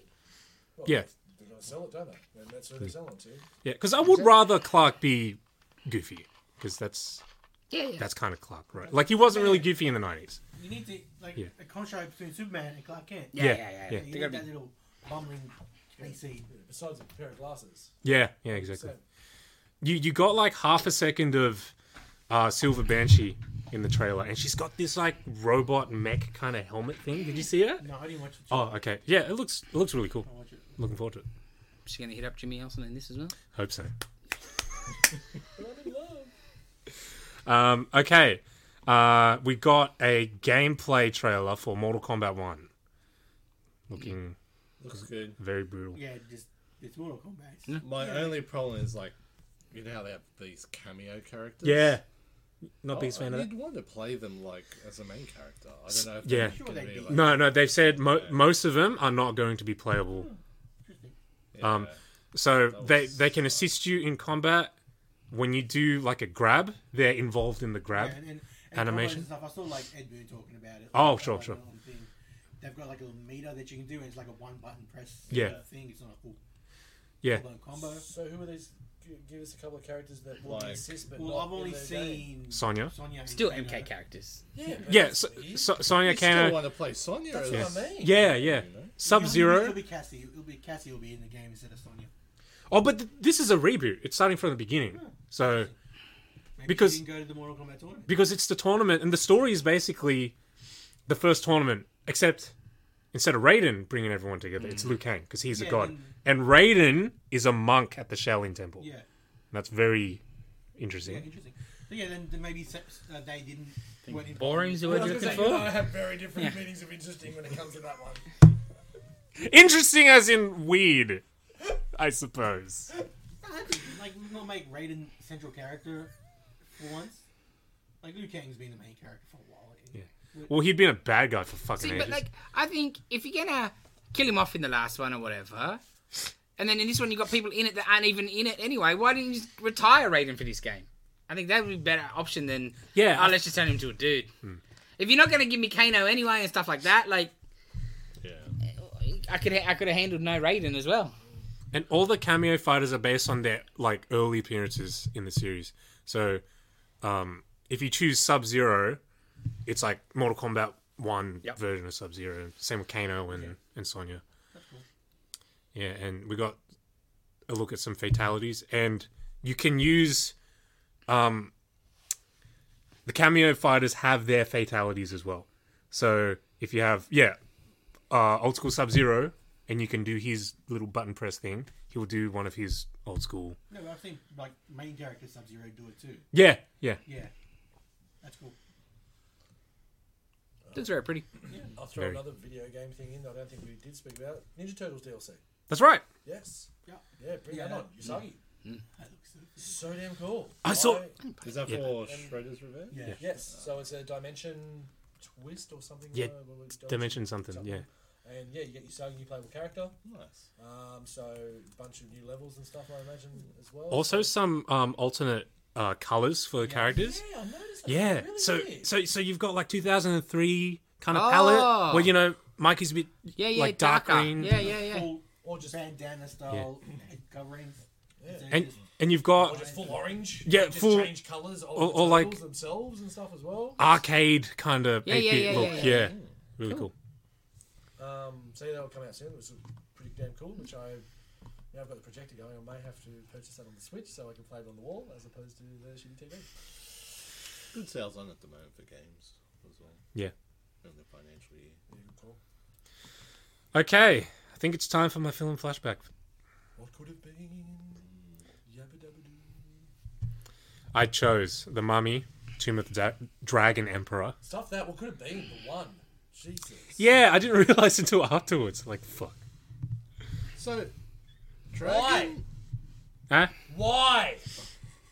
Yeah, They're gonna sell it, don't they? And that's who they're selling it to. yeah. Because I would rather Clark be goofy, because that's Yeah. yeah. that's kind of Clark, right? Like he wasn't really goofy in the nineties. You need to like Yeah. a contrast between Superman and Clark Kent. yeah, yeah, yeah, yeah, yeah. You They need gotta that be- little bumbling PC. Besides a pair of glasses. Yeah, yeah, exactly. So, You you got like half a second of uh, Silver Banshee in the trailer, and she's got this like robot mech kind of helmet thing. Did you see that? No, I didn't watch it. Oh, okay. Yeah, it looks it looks really cool. I watch it. Looking forward to it. She's going to hit up Jimmy Olsen in this as well. Hope so. but I'm in love. Um, okay, uh, we got a gameplay trailer for Mortal Kombat One. Looking Looks good. very brutal. Yeah, just it's Mortal Kombat. Mm, Yeah. My only problem is like, you know how they have these cameo characters. Yeah, not Oh, biggest fan of you'd that. want to play them like as a main character. I don't know if Yeah. they're Sure gonna they'd be be. like, No, no, they've said mo- most of them are not going to be playable. yeah. um, So That they was- they can assist you in combat. When you do like a grab, they're involved in the grab. Yeah, and, and, and Animation. combos and Stuff. I saw like Ed Boon talking about it. Oh, Like, sure, like, sure. a little thing. They've got like a little meter that you can do, and it's like a one button press. Yeah. uh, Thing. It's not a full Yeah, blown combo. So who are these? G- Give us a couple of characters that will Like- assist, but Well, not I've in only their game. seen Sonya. Sonya and Still Kano. MK characters. Yeah, but Yeah, that's so, weird. so, Sonya you still Kano. want to play Sonya. That's as- what I mean. Yeah, yeah. Sub It'll Zero. be Cassie. It'll be Cassie. Will be in the game instead of Sonya. Oh, but th- this is a reboot. It's starting from the beginning. So Maybe Because- she didn't go to the Mortal Kombat tournament. because it's the tournament, and the story is basically the first tournament, except instead of Raiden bringing everyone together, it's Liu Kang because he's a Yeah, god, and- and Raiden is a monk at the Shaolin Temple. Yeah. That's very Yeah, interesting. interesting. So yeah, then, then maybe se- uh, they didn't. weren't involved. Boring's the I word was you're gonna looking say, you and I for. have very different meanings of interesting when it comes to that one. Interesting as in weird, I suppose. Like, not make Raiden central character for once. Like Liu Kang's been the main character for a while. Yeah. Well, he'd been a bad guy for fucking See, ages. but like, I think if you're gonna kill him off in the last one or whatever, and then in this one you got people in it that aren't even in it anyway, why didn't you just retire Raiden for this game? I think that would be a better option than Yeah, Oh, I- let's just turn him to a dude. If you're not gonna give me Kano anyway and stuff like that, like Yeah. I could ha- I could have handled no Raiden as well. And all the cameo fighters are based on their like early appearances in the series. So um, if you choose Sub Zero, it's like Mortal Kombat One Yep. version of Sub Zero. Same with Kano and and Sonya. Yeah, and we got a look at some fatalities, and you can use um, the cameo fighters have their fatalities as well. So if you have yeah, uh, old school Sub Zero, and you can do his little button press thing. He will do one of his old school. No, but I've seen like main character Sub Zero do it too. Yeah, yeah. Yeah, that's cool. Looks very pretty. I'll throw Very. another video game thing in. that I don't think we did speak about Ninja Turtles DLC. That's right. Yes. Yeah, Yeah, Mm. bring that Yeah. on. Usagi. that looks so good. So damn cool. I saw- Is that for Yeah. Shredder's Revenge? Yeah. Yes. So it's a dimension twist or something. Yeah, uh, what was it? Dimension something. Yeah. And yeah, you get your starting new playable character. Nice. Um, so a bunch of new levels and stuff, I imagine as well. Also, some um, alternate uh, colors for the characters. yeah, I noticed that. Yeah. Really so weird. so so you've got like 2003 kind of Oh. palette where you know Mikey's a bit Yeah, yeah, like dark darker. green. Yeah, yeah, yeah. Full- or just bandana style head covering. And Just- and you've or got just full orange. Yeah, just full- change colors of or- the or like- Uh, turtles themselves and stuff as well. arcade kind of Yeah, 8-bit yeah, yeah, look. yeah, Yeah, yeah. really cool. Um, so yeah, that'll come out soon. It was pretty damn cool. Which I, yeah, I've got the projector going. I may have to purchase that on the Switch so I can play it on the wall as opposed to the shitty TV. Good sales on at the moment for games as well. Yeah. In the financial year. Yeah, good call. Okay, I think it's time for my film flashback. What could have been? Yabba dabba doo. I chose The Mummy, Tomb of the da- Dragon Emperor. Stuff that. What could have been? The one. Jesus. Yeah, I didn't realize until afterwards. Like, fuck. So, Why? Dragon. Huh? Why?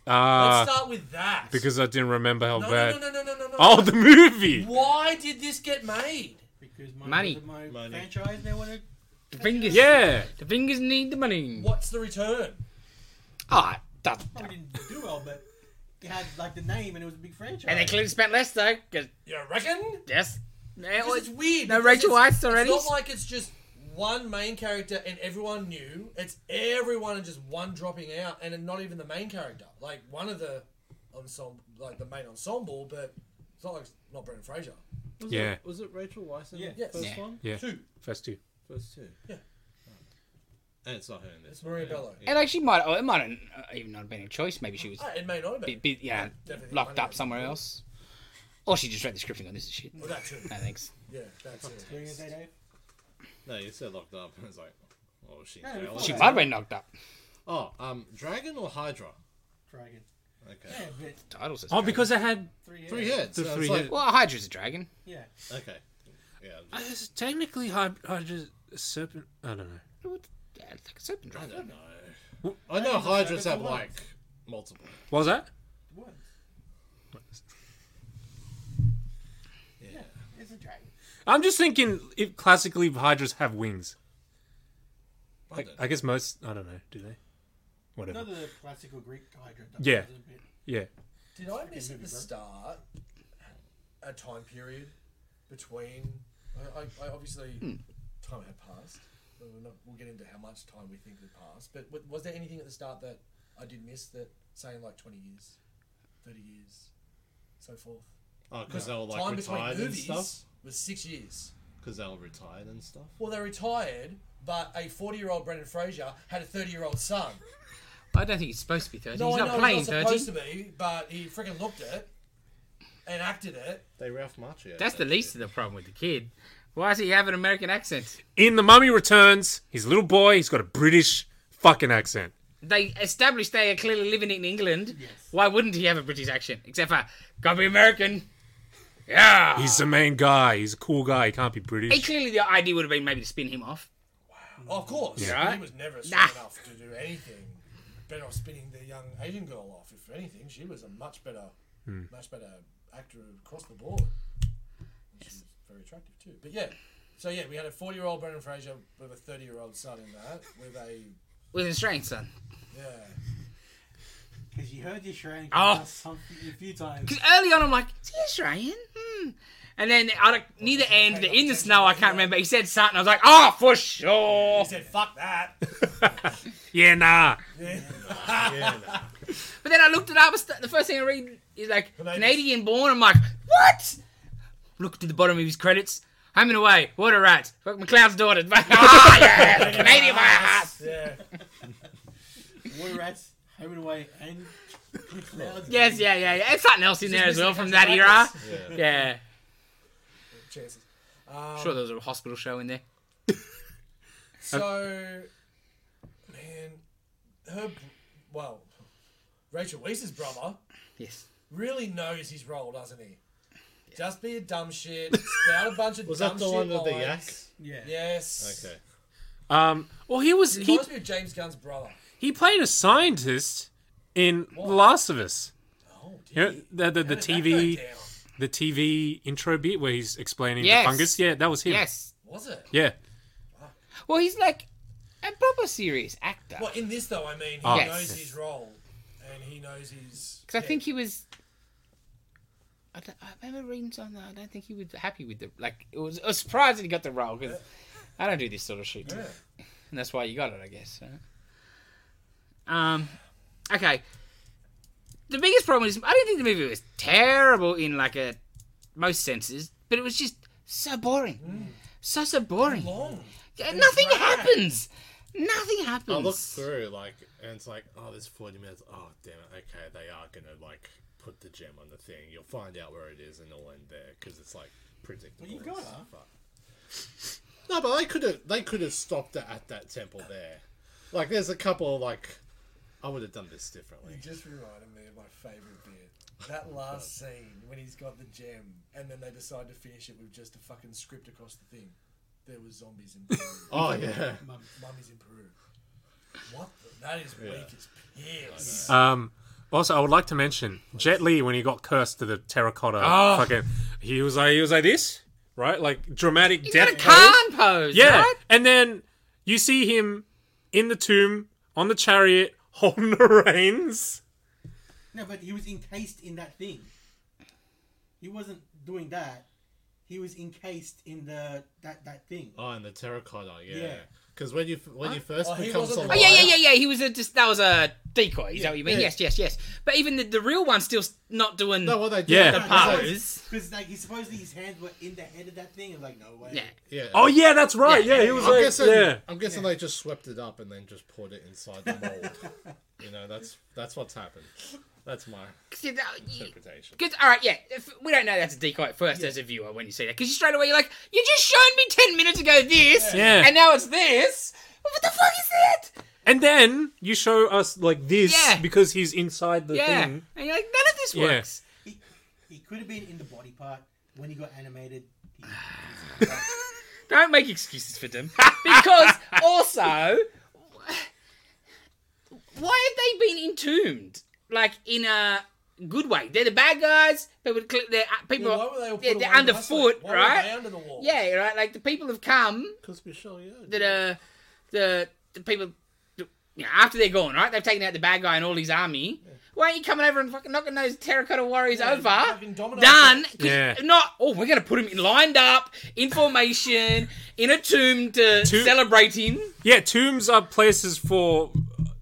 Uh, Let's start with that. because I didn't remember how no, bad. no, no, no, no, no, no, no. Oh, the movie! Why did this get made? Because Money. money. My Money. franchise, they want to. The fingers. Yeah! The fingers need the money. What's the return? Ah, that. Probably didn't do well, but it had like the name and it was a big franchise. And they clearly spent less though, 'cause- You reckon? yes. Because it's weird. No because Rachel it's- Weisz already? It's not like it's just one main character and everyone new. It's everyone and just one dropping out, and not even the main character. Like one of the ensemble, like the main ensemble, but it's not like it's not Brendan Fraser. Was Yeah. It, was it Rachel Weisz in Yeah. the Yes. first Yeah. one? Yeah, Two. first two. First two. Yeah. And it's not her in this. It's Maria Bello. It actually might. Oh, it might have uh, even not have been a choice. Maybe she was Ah, it may not have be, been. be, yeah, Definitely locked money up made. somewhere else, or she just read the script and got this is shit. Well, that too. No thanks. Yeah, that's it. Doing it, they don't. No, you said locked up. and It's like, oh, she. No, failed. it's She Yeah. might have been knocked up. Oh, um, Dragon or Hydra? Dragon. Okay. Yeah, but Title says. Oh, dragon. because I had. three. Three heads. heads. The so it's three like- heads. well, Hydra's a dragon. Yeah. Okay. Yeah. I guess uh, technically, Hydra's a serpent. I don't know. Yeah, it's like a serpent I dragon. don't know. I know Hydras have like multiple. What was that? What? Yeah. It's a dragon. I'm just thinking if classically Hydras have wings. I I, don't I guess most. I don't know. Do they? Whatever. Another classical Greek hydra. Yeah. Yeah. Did I miss at the movie, bro. start a time period between? I, I, I obviously Hmm. time had passed. but We're not, we'll get into how much time we think had passed. But w- was there anything at the start that I did miss that saying like twenty years, thirty years, so forth? Oh, because they were time like between retired and movies stuff. was six years. Because they were retired and stuff. Well, they retired, but a forty-year-old Brendan Fraser had a thirty-year-old son. I don't think he's supposed to be thirty. No, he's I not know playing he's not thirty. supposed to be, but he freaking looked it and acted it. They Ralph Macchio. That's the least of the problem with the kid. Why does he have an American accent? In The Mummy Returns, he's a little boy. He's got a British fucking accent. They established they are clearly living in England. Yes. Why wouldn't he have a British accent? Except for gotta be American. Yeah. He's the main guy. He's a cool guy. He can't be Hey, British. clearly the idea would have been maybe to spin him off. Oh, of course. Yeah. He was never strong Nah. enough to do anything. Better off spinning the young Asian girl off. If anything, she was a much better, much better actor across the board. And She was very attractive too. But yeah, so yeah, we had a forty-year-old Brendan Fraser with a thirty-year-old son in that. With a With an Australian son. yeah, Because you heard the Australian Oh. oh. something a few times. Because early on, I'm like, is he Australian? Hmm. And then I don't, near the end, the in the snow, I can't remember. He said something. I was like, oh, for sure. he said fuck that. yeah, nah. But then I looked it up. it's The the first thing I read is like Canadian. Canadian born. I'm like, what? Looked at the bottom of his credits. Home and away. What a rat. Fuck McLeod's daughter. ah, yeah. Canadian by heart. Yeah, Water rats, home and away, and clouds. Yes, yeah, yeah, yeah. And something else in there as well from that era. Meningitis. Yeah. Yeah. chances. Sure, there was a hospital show in there. So, man, her, br- well, Rachel Weisz's brother Yes. really knows his role, doesn't he? Just be a dumb shit, spout a bunch of Was dumb that the shit one with the yak? lines. Yeah. Yes. Okay. Um, well, he was. He He, reminds me of James Gunn's brother. he played a scientist in The Last of Us. Oh, You dear. know, the, the, the How did that TV go down? the TV intro bit where he's explaining Yes. the fungus. Yeah, that was him. Yes. Was it? Yeah. Well, he's like a proper serious actor. Well, in this though, I mean, he Oh. Yes. knows his role, and he knows his. Because I yeah. think he was. I, don't, I remember reading something. I don't think he was happy with the like. It was a surprise that he got the role because I don't do this sort of shit, Yeah. and that's why you got it, I guess. right? Um, okay. The biggest problem is I didn't think the movie was terrible in like a most senses, but it was just so boring, so so boring. long. Yeah, Nothing drag. happens. Nothing happens. I look through like, and it's like, oh, there's 40 minutes. Oh, damn it. Okay, they are gonna like put the gem on the thing. You'll find out where it is, and it'll end there because it's like predictable. Well, you and gotta. stuff, but- No, but they could have. They could have stopped it at that temple there. Like, there's a couple of, like. I would have done this differently. You just reminded me of my favourite bit. That last scene when he's got the gem and then they decide to finish it with just a fucking script across the thing. There was zombies in Peru. Oh yeah. Mum, mummies in Peru. What? The, that is Yeah. weak as piss. Um, also, I would like to mention Jet Li when he got cursed to the terracotta. Ah. Fucking, he was like he was like this, right? Like dramatic He's got death a pose. Khan pose. Yeah, right? and then you see him in the tomb on the chariot holding the reins. No, but he was encased in that thing. He wasn't doing that. He was encased in the that that thing. Oh, and the terracotta. Yeah. Yeah. Because when you when you first Oh, he becomes wasn't alive. the- Oh yeah, yeah, yeah, yeah. He was a just that was a decoy. Is that what you mean? Yes, yes, yes. But even the, the real one's still s- not doing No, what they did. Yeah. the no, pose. Because like he supposedly his hands were in the head of that thing. and like no way. Yeah. Yeah. Oh yeah, that's right. Yeah, Yeah, he was I'm like guessing. yeah. I'm guessing they just swept it up and then just poured it inside the mold. you know, that's that's what's happened. That's my 'Cause you know, you- interpretation. 'cause- all right, yeah. If we don't know that's a decoy at first as a viewer when you see that because you straight away you're like, you just shown me ten minutes ago this, Yeah. and now it's this. What the fuck is that? And then you show us like this Yeah. because he's inside the Yeah, thing. and you're like, none of this Yeah. works. He, he could have been in the body part when he got animated. He, Don't make excuses for them. Because also, why have they been entombed? Like in a good way. They're the bad guys. They would cl- they're uh, people. Well, why were they all put yeah, away they're last underfoot, week? Why were they right? under the wall. Yeah, right. Like the people have come Because Michelle, yeah. that are the the people. You know, after they're gone, right? They've taken out the bad guy and all his army. Why aren't you coming over and fucking knocking those terracotta warriors Yeah, over? fucking dominoes. done. 'cause Yeah. Not. Oh, we're gonna put him in- lined up in formation in a tomb to To- celebrate him. Yeah, tombs are places for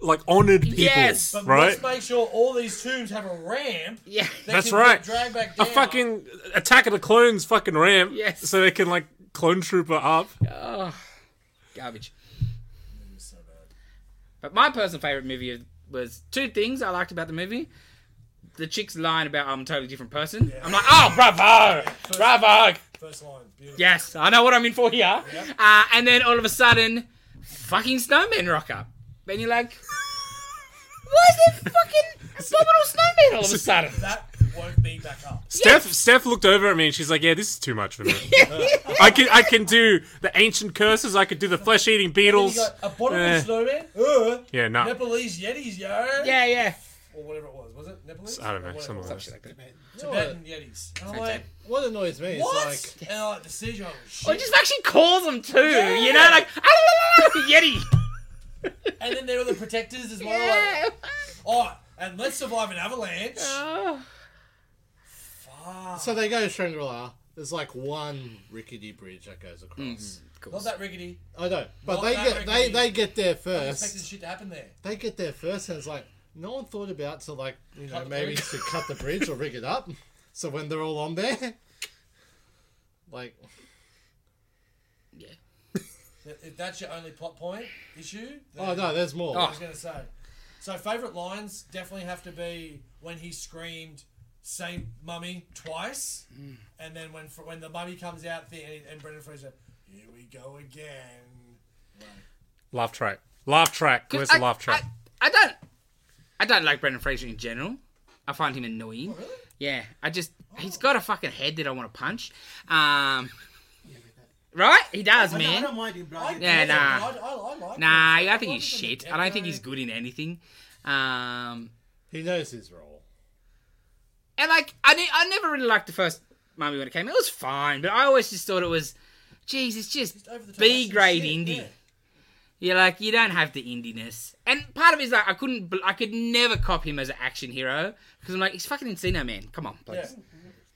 like honored people, Yes. But right? let's make sure all these tombs have a ramp. Yeah. that That's can right. Drag back a down. fucking attack of the clones fucking ramp. Yes. So they can like clone trooper up. Oh, garbage. It was so bad. But my personal favorite movie was two things I liked about the movie. The chick's line about I'm a totally different person. I'm like, oh, bravo, bravo. First line, beautiful. Yes, I know what I'm in for here. Uh, and then all of a sudden, fucking snowmen rock up. And you're like, why is there fucking abominable snowmen all of a sudden? That won't be back up. Steph Steph looked over at me and she's like, "Yeah, this is too much for me. I can I can do the ancient curses. I could do the flesh eating Then beetles. you got a bottom Eh. snowman. Uh, yeah, no, Nepalese yetis, yo. Yeah, yeah. Or whatever it was. Was it Nepalese? I don't know, Or whatever something it like was. that. Something like that. Tibetan yetis. And I'm like, What annoys me what? is like And I'm like, the CGI was shit. Or just actually calls them too. You know, Yeah. like, "Ah, Yeti. And then there were the protectors as well. Yeah. Like, oh, and let's survive an avalanche. Oh. Fuck. so they go to Shangri-La. There's like one rickety bridge that goes across. Not that rickety. I know, but Not they that get they, rickety. they get there I expected first. shit to happen there. They get there first, and it's like no one thought about to like you know Cut the maybe bridge. to cut the bridge or rig it up. So when they're all on there, like Yeah. If- If that's your only plot point issue, then oh no, there's more. Ah. I was going to say. So, favourite lines definitely have to be when he screamed, same mummy twice. Mm. And then when when the mummy comes out, the, and, and Brendan Fraser, here we go again. laugh track, laugh track. 'Cause Where's I- the laugh track? I, I don't. I don't like Brendan Fraser in general. I find him annoying. really? Yeah, I just he's got a fucking head that I want to punch. Um, yeah, but that- right? He does, I, don't, I man. don't mind him, but I I just- Yeah, get it. nah. I, I, I like Nah, it. I think he's like it shit. from I the don't think he's get-go. good in anything. Um, He knows his role. and like I, ne- I never really liked the first Mummy when it came. out. It was fine, but I always just thought it was, jeez, it's just Over the top, B grade that's some shit, indie. yeah. You're like, you don't have the indiness. And part of it is like, I couldn't, bel- I could never cop him as an action hero because I'm like, he's fucking Encino Man. Come on, please.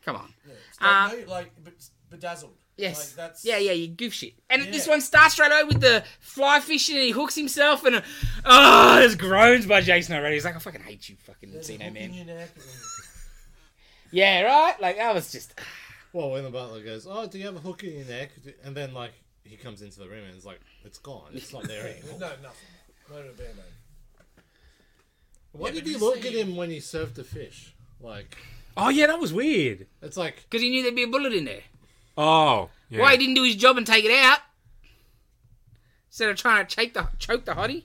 Come on. Um, Like, no, like be- bedazzled. Uh, Yes. Like, that's Yeah, yeah, you goof shit. And this Yeah. one starts straight away with the fly fishing and he hooks himself and, uh, oh, there's groans by Jason already. He's like, I fucking hate you, fucking There's a Encino hook in Man. your neck. Yeah, right? Like, that was just, Well, when the butler goes, "Oh, do you have a hook in your neck?" and then like he comes into the room and it's like, "It's gone. It's not there anymore." No, nothing. Not a band Why Yeah, did but he you look see- at him when he served the fish? Like, Oh yeah, that was weird. it's like because he knew there'd be a bullet in there. Oh, yeah. Why he didn't do his job and take it out instead of trying to choke the choke the hottie?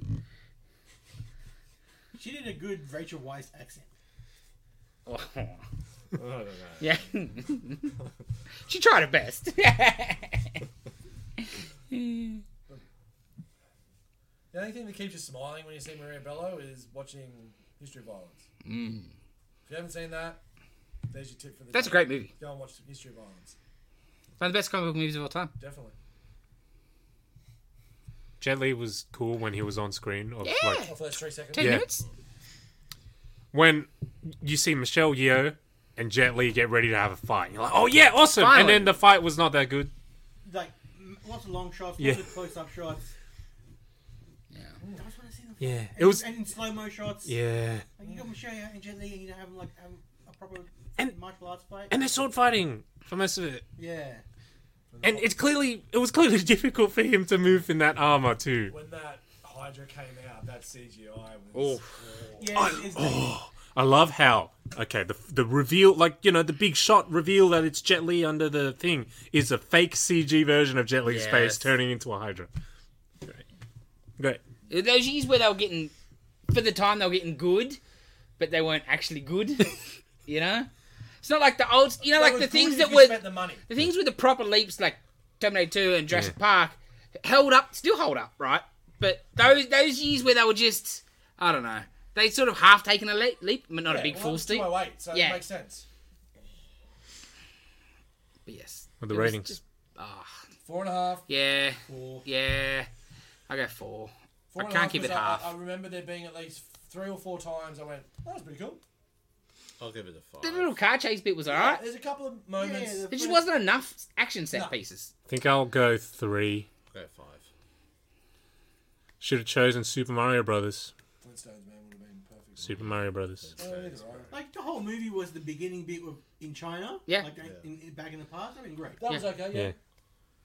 She did a good Rachel Weisz accent. Oh, I don't know. yeah, she tried her best. The only thing that keeps you smiling when you see Maria Bello is watching History of Violence. If you haven't seen that, there's your tip for the Mm. That's a day. great movie. Go and watch History of Violence. One of the best comic book movies of all time. Definitely. Jet Li was cool when he was on screen. Of, like, Oh, for those three seconds. Ten Yeah. minutes. when you see Michelle Yeoh and Jet Li get ready to have a fight, you're like, oh yeah, awesome. And Finally. then the fight was not that good. Like m- lots of long shots, lots Yeah. of close-up shots. Yeah. I just want to see them. Yeah, And, it was. and in slow-mo shots. Yeah, Like, you got Michelle and Jet Li, and you know, having like having a proper And- martial arts fight. and they're sword fighting for most of it. yeah. And it's clearly it was clearly difficult for him to move in that armor too. When that Hydra came out, that CGI was. Yeah. it's- it's- Oh. I love how okay the the reveal like you know the big shot reveal that it's Jet Li under the thing is a fake CG version of Jet Li's Yes. face turning into a Hydra. Great, great. Those years where they were getting, for the time they were getting good, but they weren't actually good. you know, it's not like the old. You know, That like was the good things if that you were spent the money. the things with the proper leaps like Terminator 2 and Jurassic Park held up, still hold up, right? But those those years where they were just, I don't know, they sort of half taken a leap, leap but not a big well, full it's steep. 208, so Yeah. it makes sense. But yes, With the It was ratings, just- Four and a half. yeah, Four. yeah, I go four. Four I and a can't keep it because I- half. I, I remember there being at least three or four times I went, that was pretty cool. I'll give it a the five. little car chase bit was alright. There's a couple of moments. Yeah, It just wasn't enough action set pieces. I think I'll go three. Go five. Should have chosen Super Mario Brothers. Flintstones, man, would have been perfect. Super Mario Brothers. Oh, either way. Like the whole movie was the beginning bit with, in China. Yeah. Like in, in, back in the past, I mean, great. That Yeah. was okay, yeah. Yeah.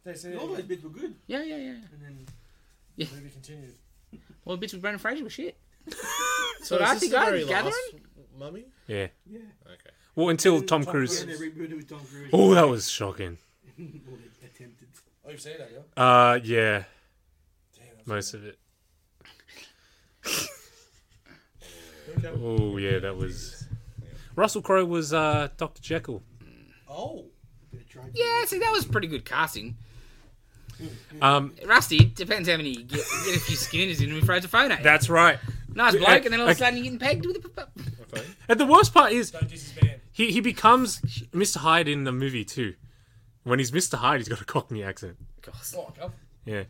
They said All those bits were good, Yeah, yeah, yeah. and then movie continued. Well, the bits with Brendan Fraser were shit. So But is I this think the I'm very gathering. last mummy. Yeah. yeah. Okay. Well, until Tom Yeah, they Cruise. rebooted with Tom Cruise. Oh, that was shocking. Well, they attempted. Oh, you've seen that, yeah? Uh, yeah, Damn, that's most of it. Okay. Oh, yeah, that was. Russell Crowe was uh, Doctor Jekyll. Oh, They tried to- Yeah, see, that was pretty good casting. Um, Rusty, depends how many you get. You get a few schooners in and we throws a phone at you. that's right. Nice Yeah, bloke, and then all of a okay. sudden you're getting pegged with a. p- p- Okay. And the worst part is don't diss his man. he he becomes Mr. Hyde in the movie too. When he's Mr. Hyde, he's got a Cockney accent. Gosh. Oh, come. At Yeah,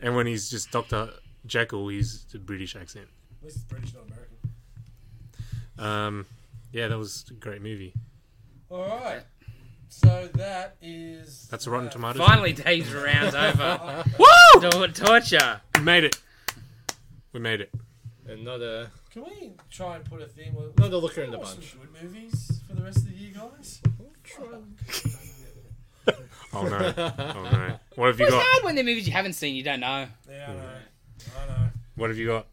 and when he's just Doctor Jekyll, he's a British accent. least it's British, not American. Um, yeah, that was a great movie. All right. So that is. That's a Rotten that. Tomatoes. Finally, days and rounds over. Woo! Tor- Torture. We made it. We made it. And not a Can we try and put a thing? Well, not a looker in the watch some bunch. good movies for the rest of the year, guys. Oh no! Oh no! What have you It's got? hard when they're movies you haven't seen, you don't know. Yeah, I know. I know. What have you got?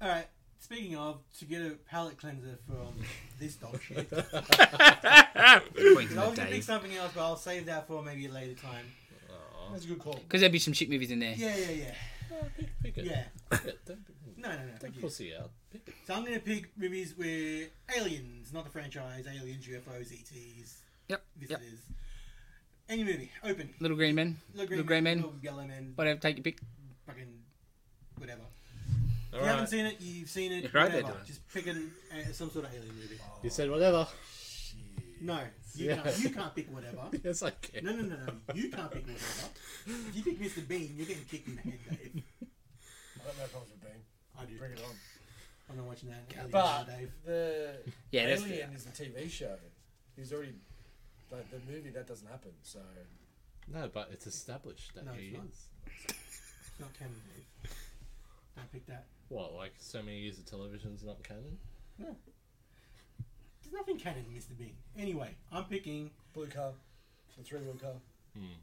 All right. Speaking of, to get a palate cleanser from this dog shit, 'Cause Because I was gonna pick something else, but I'll save that for maybe a later time. That's a good call. there'd be some shit movies in there. Yeah, yeah, yeah, Oh, pick, pick it. yeah. Pick it. Don't, No, no, no. don't thank you. pussy out. Pick it. So I'm gonna pick movies with aliens, not the franchise, aliens, UFOs, ETs, Yep. yep. E visitors. Any movie, open. Little Green Men. Little Little Grey Men. Little yellow men. Whatever, take your pick. Fucking whatever. All if you haven't right. seen it, you've seen it. Right there, whatever. Dylan. Just pick an, uh, some sort of alien movie. You said whatever. No, you, can't, you can't pick whatever. It's like No, no, no, no. You can't pick whatever. If you pick Mr. Bean, you're getting kicked in the head, Dave. I don't know if I was a bean. I do. Bring it on. I'm not watching that. Alien But Dave. the Yeah, that's Alien is the TV show. He's already like the movie that doesn't happen. So no, but it's established that No, he it's not. is. It's not canon, Dave. Don't pick that. What, like so many years of television's not canon? There's nothing canon in Mr. Bean. Anyway, I'm picking blue car, the three wheel car.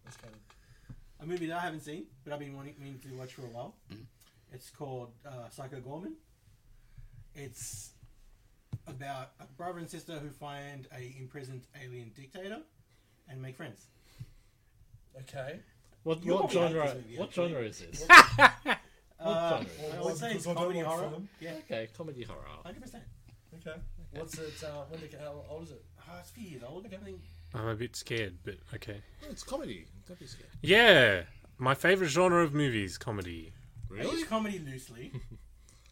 That's kind of a movie that I haven't seen, but I've been wanting meaning to watch for a while. Mm-hmm. It's called uh, Psycho Gorman. It's about a brother and sister who find a imprisoned alien dictator and make friends. okay. What, You'll what probably like genre? this movie, what actually. genre is this? Uh, genre is I it? would say it's Oh, Because I don't comedy like horror. film. Yeah, Okay, comedy horror. hundred percent. Okay. What's it? Uh, when did, how old is it? Uh, it's a few years old. I think. I'm a bit scared, but okay. Oh, it's comedy. Don't be scared. Yeah, my favorite genre of movies, comedy. I use comedy loosely.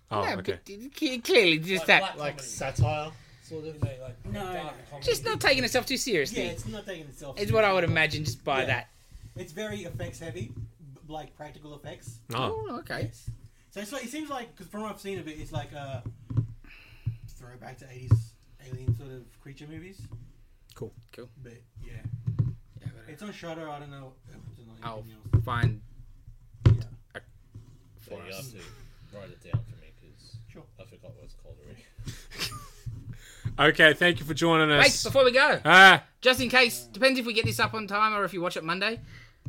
Oh, Yeah, okay. but d- c- clearly just that. black Like comedy, satire. sort of. You know, like No. dark comedy. Just not taking itself too yeah, seriously. it's not taking itself. is what I would seriously. imagine just by Yeah. that. It's very effects heavy, b- like practical effects. Oh, Oh, okay. So it's like, it seems like, because from what I've seen of it, it's like a throwback to 80s alien sort of creature movies. Cool. Cool. But yeah. Yeah, but It's on Shutter. I don't know. if it's on I'll anything else. find. Yeah. So For you us. have to write it down for me because Sure. I forgot what it's called already. Okay, thank you for joining us. Wait, before we go, ah, just in case, depends if we get this up on time or if you watch it Monday.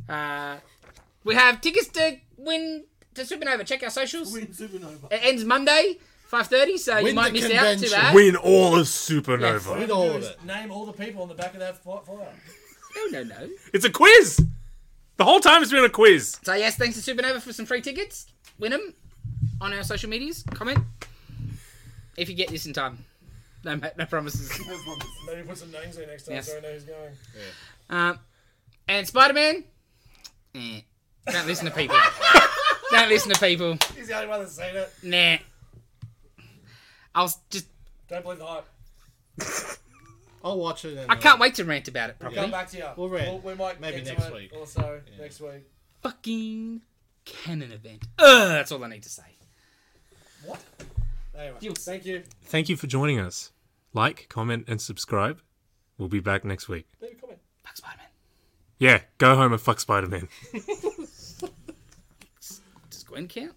Uh, we have tickets to win to Supernova. Check our socials. Win Supernova. It ends Monday, five thirty, so you Win might the miss out to convention. that. win all of Supernova. What With you all do of is it. Name all the people on the back of that fly- flyer. No, no, no. It's a quiz. The whole time it's been a quiz. So yes, thanks to Supernova for some free tickets. Win them on our social medias. Comment if you get this in time. No, ma- no promises. No promise. Maybe put some names there next time Yes. so I know who's going. Um, and Spider Man. Eh. Don't listen to people. Don't listen to people. He's the only one that's seen it. Nah. I'll s- just. Don't believe the hype. I'll watch it. And I can't wait to rant about it properly. Come back to you. We'll rant. we might Maybe get to next it week. Also next week. Fucking canon event. Ugh, that's all I need to say. What? Anyway, You- thank you. Thank you for joining us. Like, comment, and subscribe. We'll be back next week. Leave a comment. Fuck Spider Man. Yeah, go home and fuck Spider Man. Does Gwen count?